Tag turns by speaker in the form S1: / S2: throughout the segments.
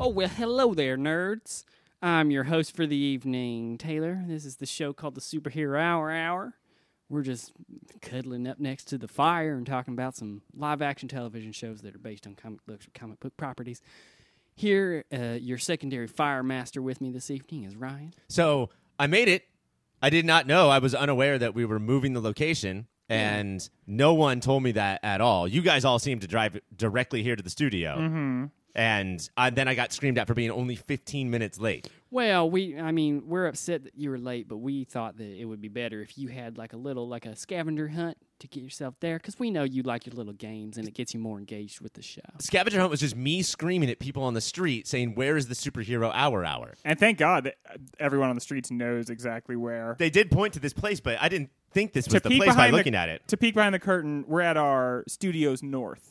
S1: Oh, well, hello there, nerds. I'm your host for the evening, Taylor. This is the show called the Superhero Hour Hour. We're just cuddling up next to the fire and talking about some live action television shows that are based on comic books or comic book properties. Here, uh, your secondary fire master with me this evening is Ryan.
S2: So I made it. I did not know. I was unaware that we were moving the location, and no one told me that at all. You guys all seemed to drive directly here to the studio,
S3: Mm-hmm.
S2: and I, then I got screamed at for being only 15 minutes late.
S1: Well, we I mean, we're upset that you were late, but we thought that it would be better if you had like a little like a scavenger hunt to get yourself there cuz we know you like your little games and it gets you more engaged with the show.
S2: Scavenger Hunt was just me screaming at people on the street saying, "Where is the superhero hour hour?"
S3: And thank God that uh, everyone on the streets knows exactly where.
S2: They did point to this place, but I didn't think this was
S3: to
S2: the
S3: peek
S2: place by
S3: behind
S2: looking
S3: the,
S2: at it.
S3: To peek behind the curtain, we're at our studios north.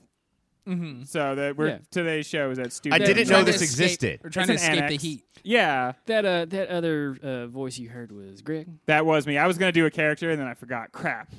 S3: Mm-hmm. So that we're
S1: Yeah.
S3: today's show is at studio.
S2: I didn't
S3: north.
S2: know this
S4: Trying to escape-
S2: existed.
S4: We're
S3: It's
S4: trying to
S3: an
S4: escape
S3: annex.
S4: the heat.
S3: Yeah,
S1: That uh that other uh, voice you heard was Greg.
S3: that was me. I was gonna do a character and then I forgot. Crap.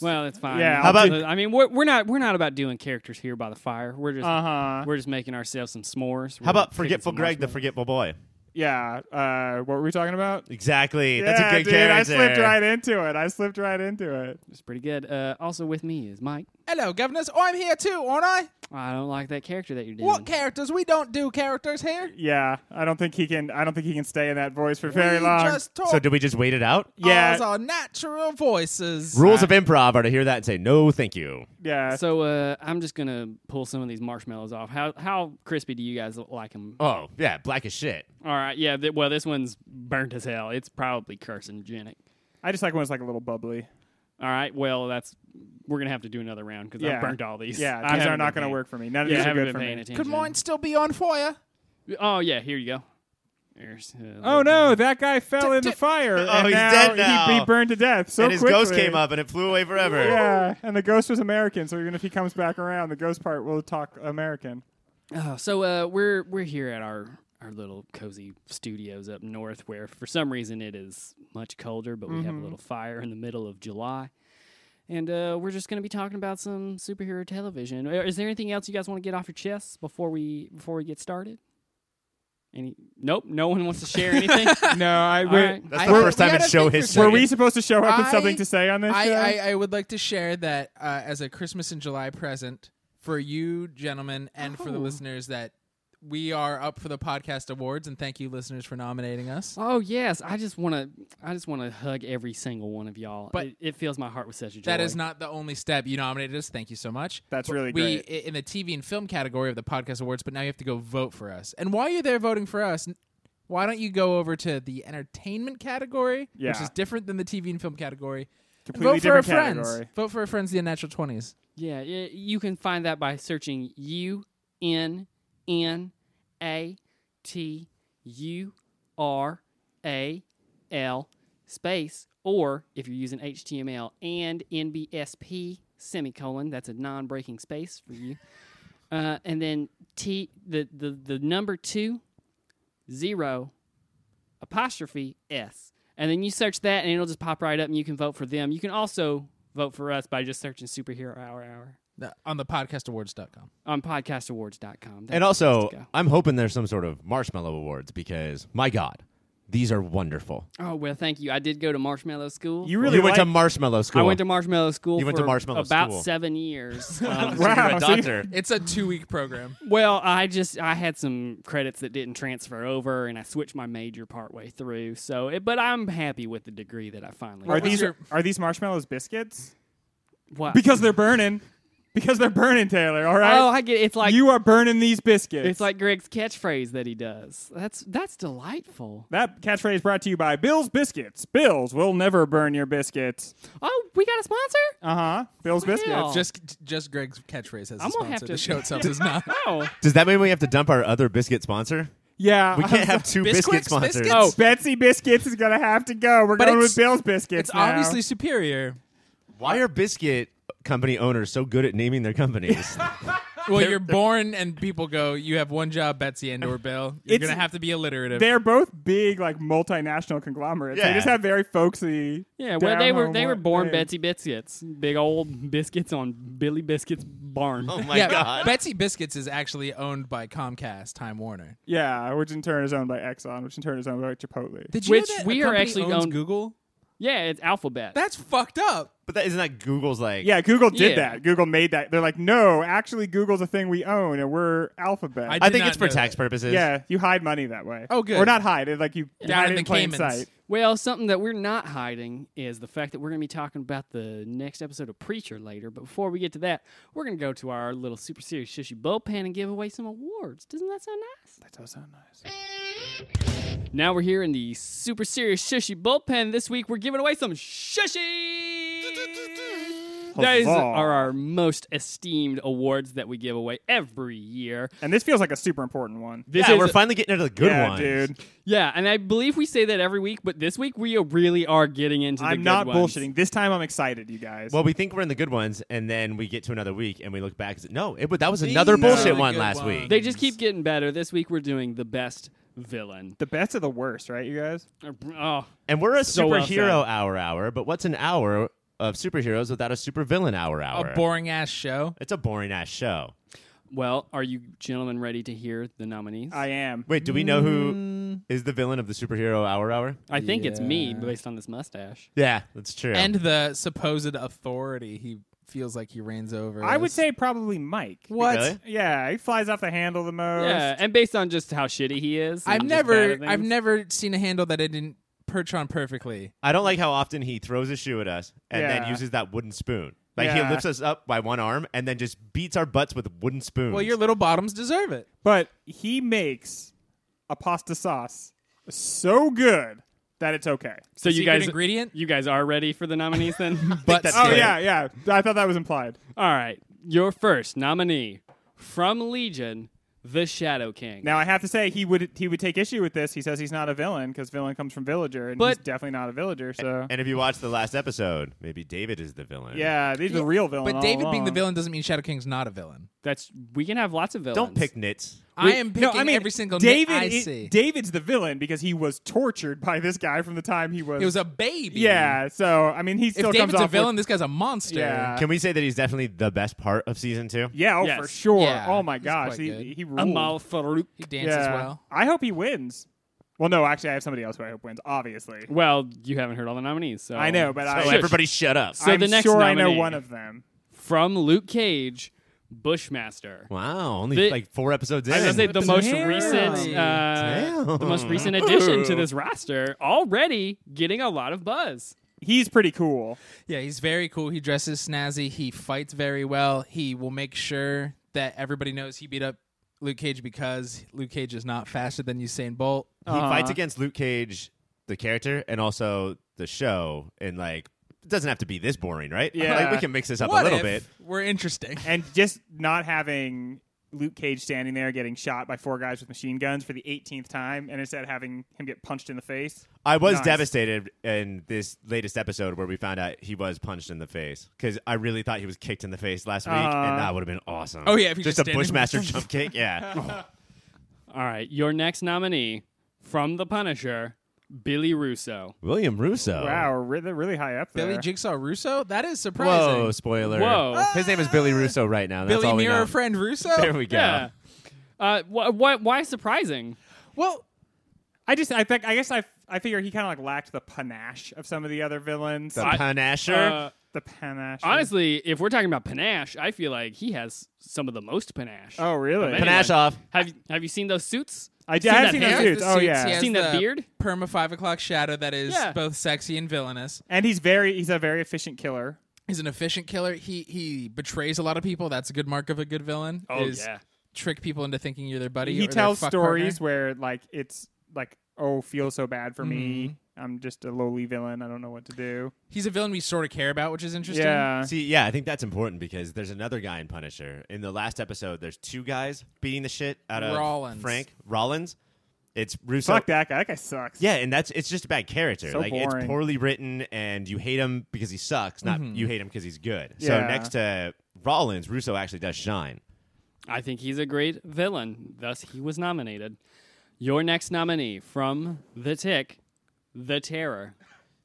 S1: Well, that's fine.
S3: Yeah,
S1: How
S3: How
S2: about-
S1: about I mean, we're, we're not we're not about doing characters here by the fire. We're just
S3: Uh huh.
S1: we're just making ourselves some s'mores.
S2: How about forgetful Greg, the forgetful boy?
S3: Yeah. Uh, what were we talking about?
S2: Exactly. That's
S3: yeah,
S2: a good
S3: dude,
S2: character.
S3: I slipped right into it. I slipped right into it.
S1: It's pretty good. Uh, also with me is Mike.
S4: Hello, governors. Oh, I'm here too, aren't I?
S1: I don't like that character that you're doing.
S4: What characters? We don't do characters here.
S3: Yeah, I don't think he can. I don't think he can stay in that voice for very
S4: we
S3: long.
S4: just talk.
S2: so did we just wait it out?
S3: yeah,
S4: Ours are natural voices.
S2: Rules of improv are to hear that and say no, thank you.
S3: yeah.
S1: So uh, I'm just gonna pull some of these marshmallows off. How how crispy do you guys like them?
S2: Oh yeah, black as shit.
S1: All right, yeah. Th- well, this one's burnt as hell. It's probably carcinogenic.
S3: I just like when it's like a little bubbly.
S1: All right, well, that's we're gonna have to do another round because
S3: Yeah.
S1: I've burnt all these.
S3: Yeah,
S1: I
S3: these are
S1: haven't been
S3: not going to
S1: paying-
S3: work for me. None of
S1: Yeah, I
S3: these are
S1: haven't
S3: good
S1: been
S3: for
S1: paying
S3: me.
S1: attention.
S4: Could mine still be on fire?
S1: Oh yeah, here you go. There's, uh,
S3: Oh no, that guy fell in the
S4: Tick, tick.
S3: fire. Oh,
S2: he's dead now.
S3: He, he burned to death so
S2: and his
S3: quickly.
S2: ghost came up and it flew away forever.
S3: Yeah, and the ghost was American, so even if he comes back around, the ghost part will talk American.
S1: Oh, so uh, we're we're here at our our little cozy studios up north, where for some reason it is much colder, but we have a
S4: Mm-hmm.
S1: little fire in the middle of July, and uh, we're just going to be talking about some superhero television. Uh, Is there anything else you guys want to get off your chests before we before we get started? Any? Nope. No one wants to share anything.
S3: no, I
S1: All right.
S2: That's
S4: I-
S2: the
S4: We're-
S2: first
S4: we
S2: time in
S4: had a
S2: show
S4: thing for
S2: history.
S3: Were we supposed to show up with
S4: I-
S3: something to say on this show?
S4: I, I, I would like to share that uh, as a Christmas and July present for you, gentlemen, and for the listeners that we are up for the podcast awards, and thank you, listeners, for nominating us.
S1: Oh yes, I just want to I just want to hug every single one of y'all.
S4: But-
S1: it, it fills my heart with such a joy.
S4: That is not the only step you nominated us. Thank you so much.
S3: That's
S4: But
S3: really
S4: we
S3: great.
S4: i- in the TV and film category of the podcast awards, but now you have to go vote for us. And while you're there voting for us, n- why don't you go over to the entertainment category, which
S3: Yeah.
S4: is different than the TV and film category? and
S3: Completely
S4: vote for our
S3: different
S4: friends.
S3: category.
S4: Vote for our friends, the unnatural twenties.
S1: Yeah, y- you can find that by searching U N N A T U R A L space, or if you're using HTML and NBSP semicolon, that's a non-breaking space for you. Uh, and then T the, the the number two zero apostrophe S. And then you search that and it'll just pop right up and you can vote for them. You can also vote for us by just searching Superhero Hour Hour
S4: on the podcastawards.com.
S1: on podcastawards.com. That's
S2: and
S1: the
S2: also,
S1: place to go.
S2: I'm hoping there's some sort of marshmallow awards because my God, these are wonderful.
S1: Oh, well, thank you. I did go to marshmallow school.
S3: You really
S2: you went
S3: like-
S2: to marshmallow school.
S1: I went to marshmallow school
S2: You
S1: for
S2: went to marshmallow
S1: about
S2: school.
S1: seven years. Um,
S2: So you're
S3: Wow,
S2: a
S3: so you-
S2: doctor.
S4: It's a two week program.
S1: well, I just, I had some credits that didn't transfer over and I switched my major partway through. So, it, but I'm happy with the degree that I finally
S3: Are
S1: got.
S3: these
S4: your-
S3: are these marshmallows biscuits?
S1: What?
S3: Because they're burning. Because they're burning, Taylor. All right.
S1: Oh, I get it. It's like,
S3: you are burning these biscuits.
S1: it's like Greg's catchphrase that he does. That's, that's delightful.
S3: That catchphrase brought to you by Bill's Biscuits. Bill's will never burn your biscuits.
S1: Oh, we got a sponsor?
S3: Uh huh. Bill's
S1: Wow.
S3: Biscuits.
S4: Just just Greg's catchphrase has a
S1: I'm gonna have
S4: sponsor.
S1: to-
S4: The show itself does not.
S1: Oh.
S2: Does that mean we have to dump our other biscuit sponsor?
S3: Yeah.
S2: We can't have two biscuit
S4: Bisquicks?
S2: sponsors.
S4: Biscuits?
S3: Oh, Betsy Biscuits is gonna have to go. We're going
S4: it's-
S3: with Bill's Biscuits.
S4: It's
S3: now.
S4: obviously superior.
S2: Why are biscuit company owners so good at naming their companies?
S4: Well, you're born and people go. You have one job, Betsy and or Bill. You're
S3: It's-
S4: gonna have to be alliterative.
S3: They're both big, like multinational conglomerates. They
S2: Yeah.
S3: just have very folksy.
S1: Yeah, well, they were
S3: down-home
S1: they were born
S3: names.
S1: Betsy Biscuits, big old biscuits on Billy Biscuits barn.
S2: Oh my
S4: yeah,
S2: god.
S4: Betsy Biscuits is actually owned by Comcast, Time Warner.
S3: Yeah, which in turn is owned by Exxon, which in turn is owned by Chipotle.
S4: Did
S1: Which we are
S4: a company
S1: actually
S4: owns
S1: owned-
S4: Google?
S1: Yeah, it's Alphabet.
S4: That's fucked up.
S2: but that isn't that Google's like
S3: yeah, Google did
S1: Yeah.
S3: that. Google made that. They're like, no, actually, Google's a thing we own, and we're Alphabet.
S4: I
S2: I
S4: did
S2: think
S4: not
S2: it's for
S4: know
S2: tax
S4: that.
S2: purposes.
S3: yeah, you hide money that way.
S4: Oh, good.
S3: Or not hide it, like you
S4: Down
S3: hide
S4: in
S3: it
S4: the
S3: in plain
S4: Caymans.
S3: sight.
S1: Well, something that we're not hiding is the fact that we're going to be talking about the next episode of Preacher later. But before we get to that, we're going to go to our little Super Series Shishy bullpen and give away some awards. Doesn't that sound nice?
S3: That does sound nice.
S1: Now we're here in the Super Series Shishy bullpen. This week, we're giving away some shishy. Those
S3: Huzzah.
S1: are our most esteemed awards that we give away every year.
S3: And this feels like a super important one.
S1: This
S2: yeah,
S1: is
S2: we're finally getting into the good
S3: yeah,
S2: ones.
S3: dude.
S1: yeah, and I believe we say that every week, but this week we really are getting into. The
S3: I'm
S1: good
S3: not
S1: ones.
S3: bullshitting. This time I'm excited, you guys.
S2: Well, we think we're in the good ones, and then we get to another week, and we look back. And say, no, it, that was
S4: These
S2: another
S4: are
S2: bullshit
S4: the
S2: one
S4: good
S2: last week.
S4: ones.
S1: They just keep getting better. This week we're doing the best villain.
S3: the best of the worst, right, you guys?
S1: Oh,
S2: And we're a
S1: So well
S2: superhero hour hour, but what's an hour of superheroes without a supervillain hour hour?
S4: A boring ass show.
S2: it's a boring ass show.
S1: well, are you gentlemen ready to hear the nominees?
S3: I am.
S2: Wait, do we know who is the villain of the superhero hour hour?
S1: I think it's me
S4: Yeah.
S1: based on this mustache.
S2: Yeah, that's true.
S4: And the supposed authority he feels like he reigns over.
S3: I would
S4: us.
S3: say probably Mike.
S4: what?
S2: Really?
S3: Yeah, he flies off the handle the most.
S1: Yeah, and based on just how shitty he is. and
S4: I've
S1: just
S4: never
S1: bad at
S4: I've
S1: things.
S4: never seen a handle that I didn't perch on perfectly.
S2: I don't like how often he throws a shoe at us and then
S3: Yeah.
S2: uses that wooden spoon. Like
S3: Yeah.
S2: he lifts us up by one arm and then just beats our butts with wooden spoons.
S4: Well, your little bottoms deserve it.
S3: But he makes a pasta sauce so good that it's okay.
S1: So you
S4: Secret
S1: guys,
S4: ingredient?
S1: you guys are ready for the nominees then?
S4: But
S2: that's
S3: Oh
S2: Good.
S3: yeah, yeah. I thought that was implied.
S1: All right, your first nominee from Legion, the Shadow King.
S3: Now I have to say he would he would take issue with this. He says he's not a villain because villain comes from villager, and he's
S1: But-
S3: definitely not a villager. So
S2: and if you watch the last episode, maybe David is the villain.
S3: yeah, he's the real villain.
S4: but
S3: all
S4: David being the
S3: along.
S4: villain doesn't mean Shadow King's not a villain.
S1: That's we can have lots of villains.
S2: Don't pick nits.
S4: I am picking
S3: No, I mean
S4: every single
S3: David.
S4: nit I
S3: is-
S4: see.
S3: David's the villain because he was tortured by this guy from the time he was.
S4: it was a baby.
S3: yeah. So I mean, he
S4: If
S3: still comes
S4: David's a
S3: off with-
S4: villain, this guy's a monster.
S3: Yeah.
S2: Can we say that he's definitely the best part of season two?
S3: yeah, oh,
S1: Yes.
S3: for sure.
S4: Yeah,
S3: oh my
S4: he's
S3: gosh,
S4: quite good.
S3: he he ruled.
S1: Amal Farouk.
S4: He dances
S3: yeah.
S4: well.
S3: I hope he wins. Well, no, actually, I have somebody else who I hope wins. Obviously,
S1: Well, you haven't heard all the nominees, so
S3: I know, but
S2: So
S4: Oh,
S3: I,
S2: uh, everybody shut up.
S1: So
S3: I'm
S1: the next
S3: sure I know
S1: nominee.
S3: one of them.
S1: from Luke Cage, Bushmaster.
S2: Wow, only
S1: The-
S2: like four episodes in.
S1: I was gonna say the
S4: Damn.
S1: most recent, uh,
S2: Damn.
S1: the most recent addition to this roster already getting a lot of buzz.
S3: He's pretty cool.
S4: Yeah, he's very cool. He dresses snazzy. He fights very well. He will make sure that everybody knows he beat up Luke Cage because Luke Cage is not faster than Usain Bolt.
S2: he
S1: uh-huh.
S2: fights against Luke Cage, the character, and also the show, and like it doesn't have to be this boring, right?
S3: Yeah.
S2: like we can mix this up
S4: What
S2: a little
S4: if
S2: bit.
S4: We're interesting.
S3: and just not having Luke Cage standing there getting shot by four guys with machine guns for the 18th time, and instead having him get punched in the face.
S2: I was
S3: Nice.
S2: devastated in this latest episode where we found out he was punched in the face because I really thought he was kicked in the face last week,
S3: Uh-huh.
S2: and that would have been awesome.
S4: Oh, yeah, if he
S2: just,
S4: just
S2: a
S4: standing-
S2: Bushmaster jump kick, yeah.
S1: All right, your next nominee from The Punisher, Billy Russo.
S2: William Russo.
S3: Wow, we're really, really high up there.
S4: Billy Jigsaw Russo? That is surprising.
S2: Whoa, spoiler.
S1: Whoa.
S2: His name is Billy Russo right now. That's
S4: Billy
S2: all we
S4: Mirror
S2: know.
S4: Friend Russo?
S2: There we go.
S1: Yeah. Uh, wh- wh- why surprising?
S4: well,
S3: I just, I think, I guess I, I figure he kind of like lacked the panache of some of the other villains.
S2: The
S1: I-
S2: Punisher.
S1: Uh,
S3: the panache.
S1: honestly, if we're talking about panache, I feel like he has some of the most panache.
S3: Oh, really?
S1: Of anyone.
S2: Panache off.
S1: Have you, have you seen those suits?
S3: I,
S1: Seen
S3: I have
S1: that
S3: seen
S1: hair?
S3: those
S4: he has
S3: suits.
S4: the
S3: Oh
S4: suits,
S3: yeah,
S4: he has
S1: Seen that
S4: the
S1: beard?
S4: Perma five o'clock shadow that is
S1: Yeah.
S4: both sexy and villainous.
S3: and he's very, he's a very efficient killer.
S4: He's an efficient killer. He he betrays a lot of people. That's a good mark of a good villain.
S1: Oh,
S4: is
S1: yeah.
S4: Trick people into thinking you're their buddy.
S3: He
S4: or their
S3: tells
S4: fuck
S3: stories
S4: partner.
S3: where like it's like, oh, feel so bad for me.
S4: Mm-hmm.
S3: I'm just a lowly villain. I don't know what to do.
S4: He's a villain we sort of care about, which is interesting.
S3: Yeah.
S2: See, yeah, I think that's important because there's another guy in Punisher. In the last episode, there's two guys beating the shit out of
S4: Rollins.
S2: Frank Rollins. It's Russo.
S3: Fuck that guy. That guy sucks.
S2: Yeah, and that's it's just a bad character.
S3: So
S2: like it's
S3: boring.
S2: poorly written, and you hate him because he
S4: Mm-hmm.
S2: sucks. Not you hate him because he's good. So
S3: Yeah.
S2: next to Rollins, Russo actually does shine.
S1: I think he's a great villain. Thus, he was nominated. Your next nominee from The Tick, The Terror.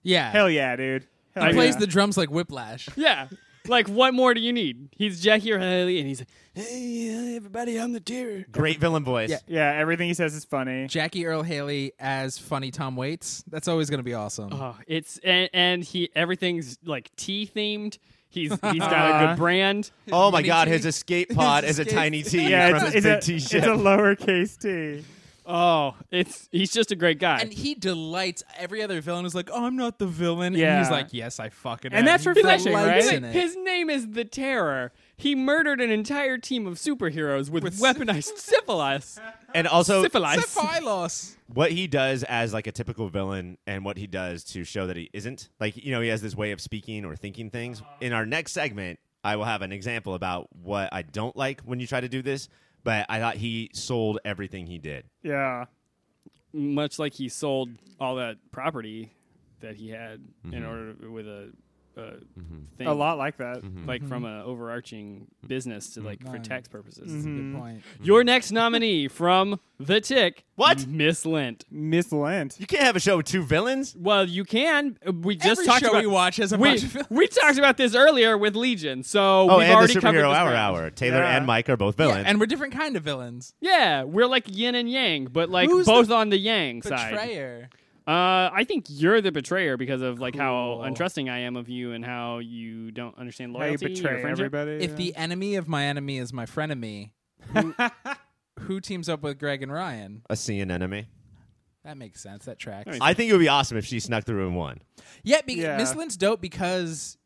S4: Yeah.
S3: Hell yeah, dude. Hell
S4: he plays
S3: yeah.
S4: the drums like Whiplash.
S1: Yeah. Like, what more do you need? He's Jackie O'Haley, and he's like, hey, uh, everybody, I'm The Terror.
S2: Great villain voice.
S4: Yeah.
S3: Yeah, everything he says is funny.
S4: Jackie Earl Haley as funny Tom Waits. That's always going to be awesome.
S1: Oh, it's and, and he everything's like tea themed. He's he's got
S3: Uh-huh.
S1: a good brand.
S2: Oh my
S4: Mini
S2: God,
S4: T.
S2: his escape pod is
S4: His
S2: a
S4: escape-
S2: tiny T
S3: Yeah,
S2: from
S3: it's,
S2: his
S3: it's,
S2: big
S3: a,
S2: T
S3: it's
S2: ship.
S3: a lowercase t.
S1: Oh, it's he's just a great guy.
S4: And he delights. Every other villain is like, oh, I'm not the villain. And he's
S3: Yeah.
S4: like, yes, I fucking am.
S3: And that's
S4: He
S3: refreshing,
S4: delights
S3: right?
S4: in it.
S1: His name is the Terror. He murdered an entire team of superheroes with, weaponized syphilis.
S2: And also,
S1: Syphilis.
S4: Sephilos.
S2: what he does as like a typical villain and what he does to show that he isn't like you know he has this way of speaking or thinking things in our next segment i will have an example about what i don't like when you try to do this but i thought he sold everything he did
S3: Yeah.
S1: Much like he sold all that property that he had in
S2: Mm-hmm.
S1: order with a, a thing.
S3: A lot like that.
S4: Mm-hmm.
S1: Like from an overarching business to like for tax purposes.
S4: Good point.
S1: Your next nominee from The Tick.
S2: Mm-hmm. What?
S1: Miss Lint.
S3: Miss Lent.
S2: you can't have a show with two villains
S1: Well, you can. We just
S4: Every
S1: talked
S4: show
S1: about
S4: we watch has a
S1: we,
S4: bunch of villains.
S1: we talked about this earlier with Legion, so
S2: oh
S1: we've
S2: and
S1: already
S2: the
S1: covered
S2: superhero
S1: this
S2: hour
S1: ground.
S2: hour taylor
S3: Yeah.
S2: and mike are both
S4: Yeah,
S2: villains
S4: and we're different kind of villains.
S1: Yeah, we're like yin and yang, but like
S4: Who's
S1: both
S4: the
S1: on the yang side.
S4: Betrayer.
S1: Uh, I think you're the betrayer because of like how
S4: Cool.
S1: untrusting I am of you and how you don't understand
S3: How you
S1: loyalty. or
S3: betray
S1: friendship.
S3: everybody.
S4: If the enemy of my enemy is my frenemy, who, who teams up with Greg and Ryan?
S2: a seeing enemy
S4: That makes sense. That tracks.
S1: Nice.
S2: i think it would be awesome if she snuck through and won
S4: Yeah, be-
S3: Yeah.
S4: Miss Lynn's dope because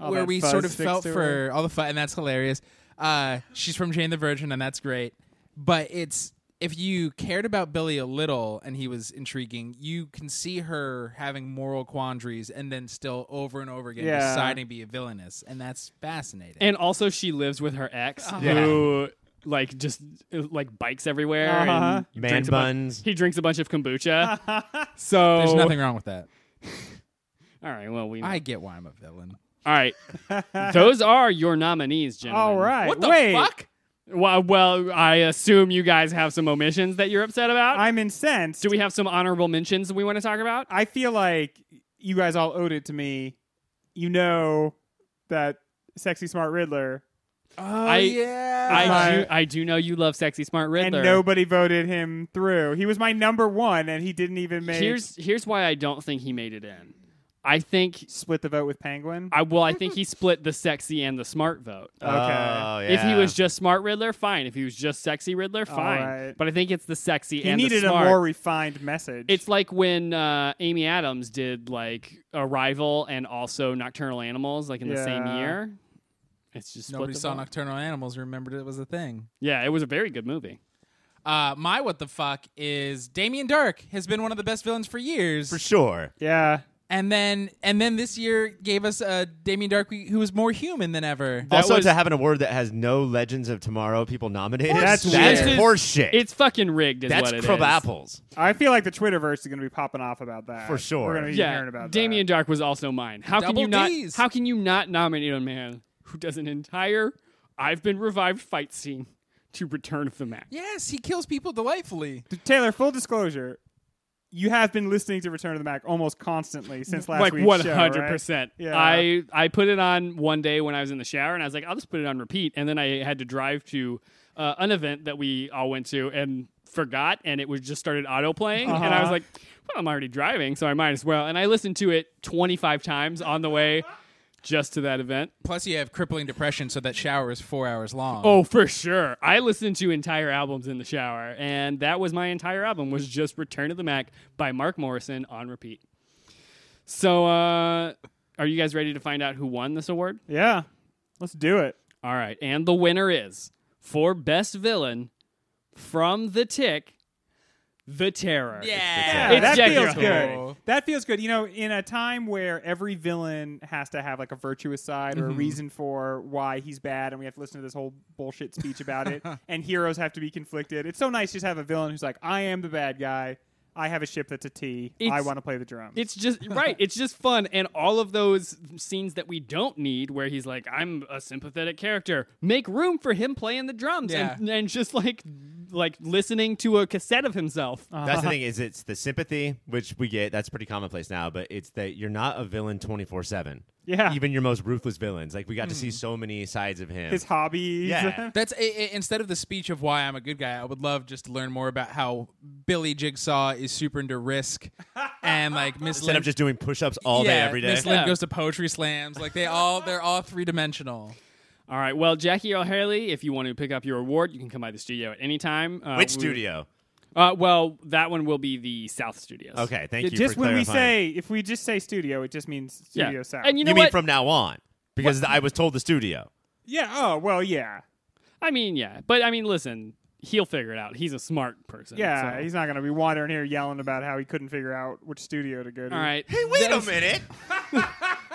S3: All
S4: where
S3: that
S4: we
S3: fuzz
S4: sort of
S3: sticks
S4: felt
S3: to
S4: for all the fun, and that's hilarious. Uh, she's from Jane the Virgin, and that's great. But it's if you cared about Billy a little, and he was intriguing, you can see her having moral quandaries, and then still over and over again
S3: Yeah.
S4: deciding to be a villainess, and that's fascinating.
S1: And also, she lives with her ex,
S4: Oh.
S2: Yeah.
S1: who like just uh, like bikes everywhere.
S3: Uh-huh.
S1: And
S2: Man
S1: drinks a bu-
S2: buns.
S1: he drinks a bunch of kombucha. so
S4: There's nothing wrong with that.
S1: All right. Well, we.
S4: I get why I'm a villain.
S1: All right. Those are your nominees, gentlemen.
S3: All right.
S4: What the
S3: Wait.
S4: fuck?
S1: Well, well, I assume you guys have some omissions that you're upset about.
S3: I'm incensed.
S1: Do we have some honorable mentions we want to talk about?
S3: I feel like you guys all owed it to me. You know that sexy smart Riddler,
S4: Oh
S1: I-
S4: yeah.
S1: I
S3: My-
S1: do, I do know you love sexy smart Riddler.
S3: and nobody voted him through. He was my number one, and he didn't even make
S1: here's here's why I don't think he made it in. I think
S3: split the vote with Penguin.
S1: I well I think he split the sexy and the smart vote.
S2: okay oh, yeah.
S1: If he was just smart Riddler, fine. If he was just sexy Riddler, fine.
S3: right.
S1: But I think it's the sexy
S3: he
S1: and
S3: needed
S1: the smart.
S3: a more refined message.
S1: it's like when uh, Amy Adams did like Arrival and also Nocturnal Animals, like in the same
S3: Yeah.
S1: year. It's just split
S4: Nobody
S1: the
S4: saw
S1: vote.
S4: Nocturnal Animals. Remembered it was a thing.
S1: Yeah, it was a very good movie.
S4: Uh, my what the fuck is Damien Dark has been one of the best villains for years,
S2: for sure
S3: yeah,
S4: and then and then this year gave us a Damien Dark we- who was more human than ever.
S1: That
S2: also,
S1: was-
S2: to have an award that has no Legends of Tomorrow people nominated,
S3: That's
S2: that's
S1: weird.
S2: horseshit.
S1: It's fucking rigged. Is
S2: that's
S1: what it
S2: crab
S1: is.
S2: apples.
S3: I feel like the Twitterverse is going to be popping off about that
S2: For sure.
S3: We're going to be
S1: yeah,
S3: hearing about
S1: Damien
S3: that.
S1: Dark was also mine. How can
S4: Double
S1: you not?
S4: Ds.
S1: How can you not nominate a man who does an entire "I've been revived" fight scene to Return of the Mac?
S4: Yes, he kills people delightfully.
S3: D- Taylor, full disclosure, you have been listening to Return of the Mac almost constantly since last
S1: like
S3: week's
S1: one
S3: show,
S1: hundred
S3: right?
S1: percent.
S3: Yeah.
S1: I I put it on one day when I was in the shower, and I was like, I'll just put it on repeat. And then I had to drive to uh, an event that we all went to and forgot, and it was just started auto playing, and I was
S3: Uh-huh.
S1: like, Well, I'm already driving, so I might as well. And I listened to it twenty five times on the way just to that event.
S4: Plus, you have crippling depression, so that shower is four hours long.
S1: Oh, for sure. I listened to entire albums in the shower, and that was my entire album was just Return of the Mac by Mark Morrison on repeat. So, uh, are you guys ready to find out who won this award?
S3: Yeah, let's do it.
S1: All right, and the winner is for best villain from The Tick, The Terror.
S4: yeah,
S1: It's
S3: that
S1: Jack
S3: feels
S1: Gyllenhaal.
S3: good. That feels good. You know, in a time where every villain has to have like a virtuous side
S1: Mm-hmm.
S3: or a reason for why he's bad, and we have to listen to this whole bullshit speech about it, and heroes have to be conflicted. It's so nice just to have a villain who's like, "I am the bad guy. I have a ship that's a T. I
S1: It's-
S3: want to play the drums.
S1: It's just right. It's just fun, and all of those scenes that we don't need, where he's like, "I'm a sympathetic character," make room for him playing the drums and, and just like like listening to a cassette of himself.
S2: That's the thing is it's the sympathy which we get. That's pretty commonplace now, but it's that you're not a villain twenty four seven.
S3: Yeah.
S2: even your most ruthless villains. Like we got
S1: Hmm.
S2: to see so many sides of him.
S3: his hobbies.
S2: Yeah.
S4: That's i i instead of the speech of why I'm a good guy, I would love just to learn more about how Billy Jigsaw is super into risk and like Miss
S2: Instead
S4: Lynn,
S2: of just doing push ups all day
S4: yeah,
S2: every day.
S4: Miss Lynn
S1: Yeah.
S4: goes to poetry slams. Like they all they're all three dimensional.
S1: All right. Well, Jackie O'Haley, if you want to pick up your award, you can come by the studio at any time. Uh,
S2: Which
S1: we-
S2: studio?
S1: Uh, well, that one will be the South Studios.
S2: Okay, thank
S3: Yeah,
S2: you.
S3: just
S2: for
S3: when we
S2: clarifying.
S3: say, if we just say studio, it just means
S1: Yeah.
S3: studio sound.
S1: And you
S2: you,
S1: know
S2: mean
S1: what?
S2: from now on because I was told the studio.
S3: yeah. Oh well. Yeah.
S1: I mean, yeah. But I mean, listen, he'll figure it out. He's a smart person.
S3: Yeah.
S1: so-
S3: He's not gonna be wandering here yelling about how he couldn't figure out which studio to go to.
S1: all right.
S2: Wait a minute.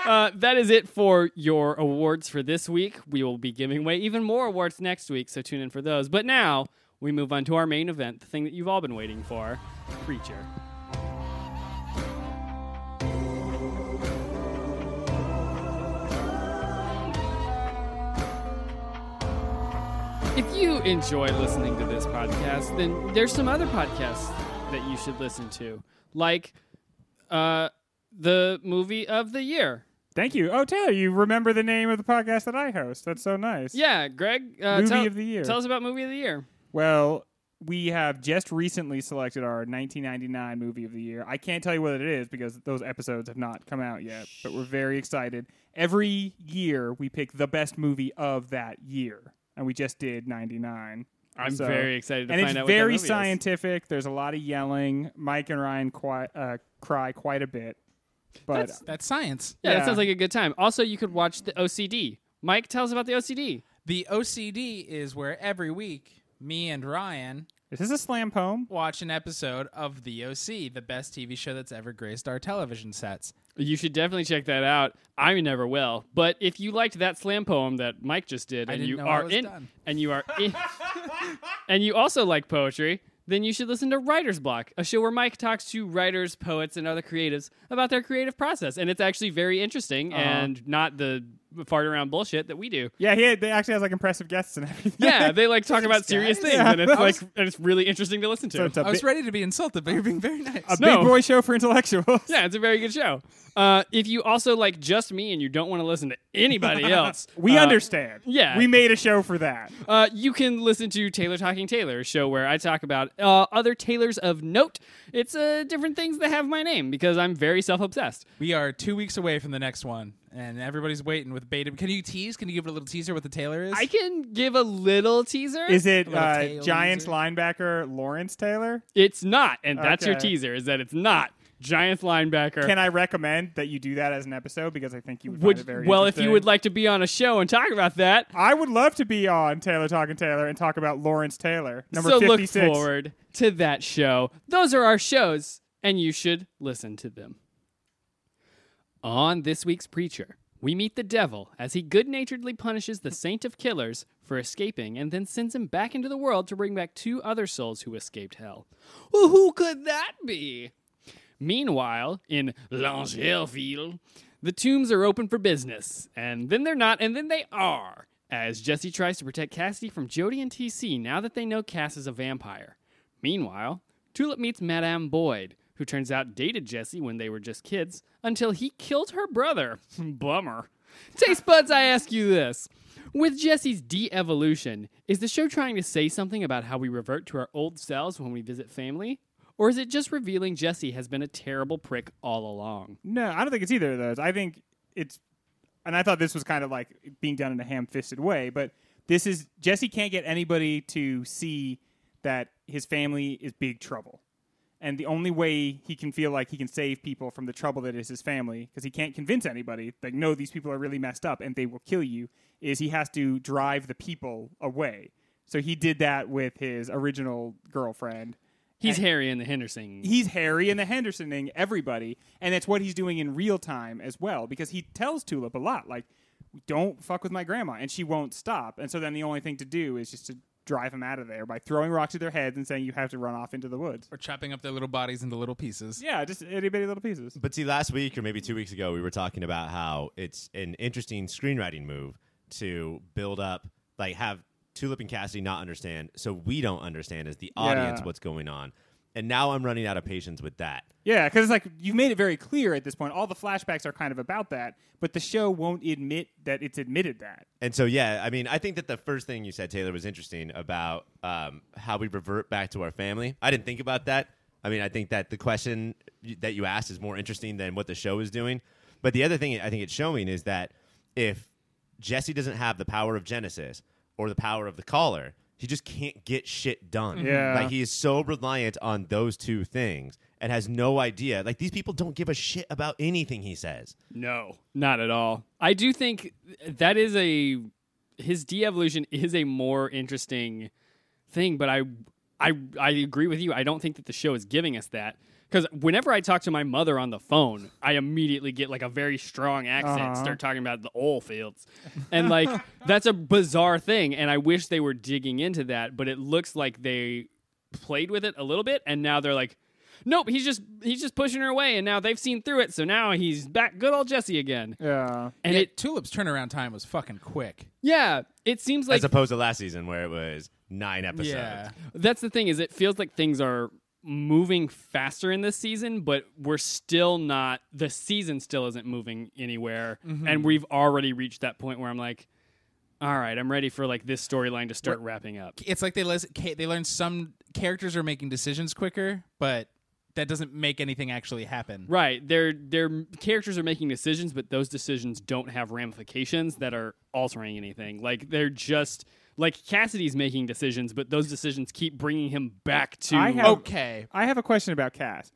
S1: Uh, that is it for your awards for this week. We will be giving away even more awards next week, so tune in for those. But now we move on to our main event, the thing that you've all been waiting for Preacher. If you enjoy listening to this podcast, then there's some other podcasts that you should listen to, like uh, the movie of the year.
S3: Thank you. Oh, Taylor, you remember the name of the podcast that I host? That's so nice.
S1: Yeah, Greg. Uh,
S3: Movie
S1: tell,
S3: of the year.
S1: Tell us about movie of the year.
S3: Well, we have just recently selected our 1999 movie of the year. I can't tell you what it is because those episodes have not come out yet, but we're very excited. Every year, we pick the best movie of that year, and we just did 99.
S1: I'm
S3: So-
S1: very excited to
S3: and
S1: find
S3: it's
S1: out.
S3: very
S1: what that movie is.
S3: scientific. There's a lot of yelling. Mike and Ryan qui- uh, cry quite a bit, but
S1: That's-
S4: That's science.
S1: Yeah,
S3: yeah.
S1: that sounds like a good time. Also, you could watch the OCD. Mike, tell us about the OCD.
S4: The OCD is where every week me and Ryan
S3: is this a slam poem?
S4: watch an episode of The OC, the best TV show that's ever graced our television sets.
S1: You should definitely check that out. I never will, but if you liked that slam poem that Mike just did, and
S4: didn't
S1: you
S4: know I
S1: are
S4: was
S1: in,
S4: done.
S1: and you are in, and you also like poetry, then you should listen to Writer's Block, a show where Mike talks to writers, poets, and other creatives about their creative process, and it's actually very interesting
S4: Uh-huh.
S1: and not the fart around bullshit that we do.
S3: Yeah, he had, they actually has like impressive guests and everything.
S1: Yeah, they like talk about serious
S4: guys.
S1: things, and it's like and it's really interesting to listen to.
S3: so it's a
S4: I was
S3: bit-
S4: ready to be insulted, but you're being very nice.
S3: a
S1: No.
S3: big boy show for intellectuals.
S1: yeah, it's a very good show. Uh, if you also like just me and you don't want to listen to anybody else,
S3: We
S1: uh,
S3: understand.
S1: yeah.
S3: We made a show for that.
S1: Uh, you can listen to Taylor Talking Taylor, a show where I talk about uh, other Taylors of note. It's uh, different things that have my name because I'm very self obsessed.
S4: We are two weeks away from the next one, and everybody's waiting with beta. Can you tease? Can you give it a little teaser what the Taylor is?
S1: I can give a little teaser.
S3: Is it
S4: little
S3: uh,
S4: tail
S3: Giants
S4: user.
S3: linebacker Lawrence Taylor?
S1: It's not, and that's your
S3: Okay.
S1: teaser. Is that it's not Giants linebacker.
S3: Can I recommend that you do that as an episode because I think you would, find it very
S1: would well if you
S3: interesting.
S1: would like to be on a show and talk about that.
S3: I would love to be on Taylor Talking Taylor and talk about Lawrence Taylor, number
S1: so look
S3: 56.
S1: forward to that show. Those are our shows, and you should listen to them. On this week's Preacher, we meet the devil as he good naturedly punishes the saint of killers for escaping and then sends him back into the world to bring back two other souls who escaped hell. Well, who could that be? Meanwhile, in Langelville, the tombs are open for business, and then they're not, and then they are, as Jesse tries to protect Cassidy from Jody and TC now that they know Cass is a vampire. Meanwhile, Tulip meets Madame Boyd, who turns out dated Jesse when they were just kids until he killed her brother. Bummer. Taste buds, I ask you this. With Jesse's de evolution, is the show trying to say something about how we revert to our old selves when we visit family? Or is it just revealing Jesse has been a terrible prick all along?
S3: No, I don't think it's either of those. I think it's, and I thought this was kind of like being done in a ham fisted way, but this is Jesse can't get anybody to see that his family is big trouble. And the only way he can feel like he can save people from the trouble that is his family, because he can't convince anybody, like, no, these people are really messed up and they will kill you, is he has to drive the people away. So he did that with his original girlfriend
S1: He's Harry and the Henderson.
S3: he's Harry and the Hendersoning everybody, and that's what he's doing in real time as well because he tells Tulip a lot, like, "Don't fuck with my grandma," and she won't stop. And so then the only thing to do is just to drive them out of there by throwing rocks at their heads and saying you have to run off into the woods.
S4: Or chopping up their little bodies into little pieces.
S3: Yeah, just itty bitty little pieces.
S2: But see, last week or maybe two weeks ago, we were talking about how it's an interesting screenwriting move to build up, like have Tulip and Cassidy not understand, so we don't understand as the audience
S3: Yeah.
S2: what's going on. And now I'm running out of patience with that.
S3: Yeah, because it's like you've made it very clear at this point. All the flashbacks are kind of about that, but the show won't admit that it's admitted that.
S2: And so, yeah, I mean, I think that the first thing you said, Taylor, was interesting about um, how we revert back to our family. I didn't think about that. I mean, I think that the question y- that you asked is more interesting than what the show is doing. But the other thing I think it's showing is that if Jesse doesn't have the power of Genesis or the power of the caller, he just can't get shit done.
S3: Yeah.
S2: Like, he is so reliant on those two things and has no idea. Like, these people don't give a shit about anything he says.
S1: No, not at all. I do think that is a his de-evolution is a more interesting thing, but I I I agree with you. I don't think that the show is giving us that because whenever I talk to my mother on the phone, I immediately get like a very strong accent, and
S3: Uh-huh.
S1: start talking about the oil fields, and like that's a bizarre thing. And I wish they were digging into that, but it looks like they played with it a little bit, and now they're like. Nope, he's just he's just pushing her away, and now they've seen through it. So now he's back, good old Jesse again.
S3: Yeah.
S1: And
S4: Yet
S1: it,
S4: Tulip's turnaround time was fucking quick.
S1: yeah, it seems like
S2: as opposed to last season where it was nine episodes.
S4: Yeah.
S1: that's the thing is it feels like things are moving faster in this season but we're still not the season still isn't moving anywhere and we've already reached that point where i'm like all right i'm ready for like this storyline to start wrapping up
S4: It's like they les- ca- they learned some characters are making decisions quicker, but that doesn't make anything actually happen.
S1: right their their characters are making decisions but those decisions don't have ramifications that are altering anything like they're just like cassidy's making decisions but those decisions keep bringing him back to Oh,
S3: I
S4: Oh,
S3: have-
S4: Okay.
S3: I have a question about Cass.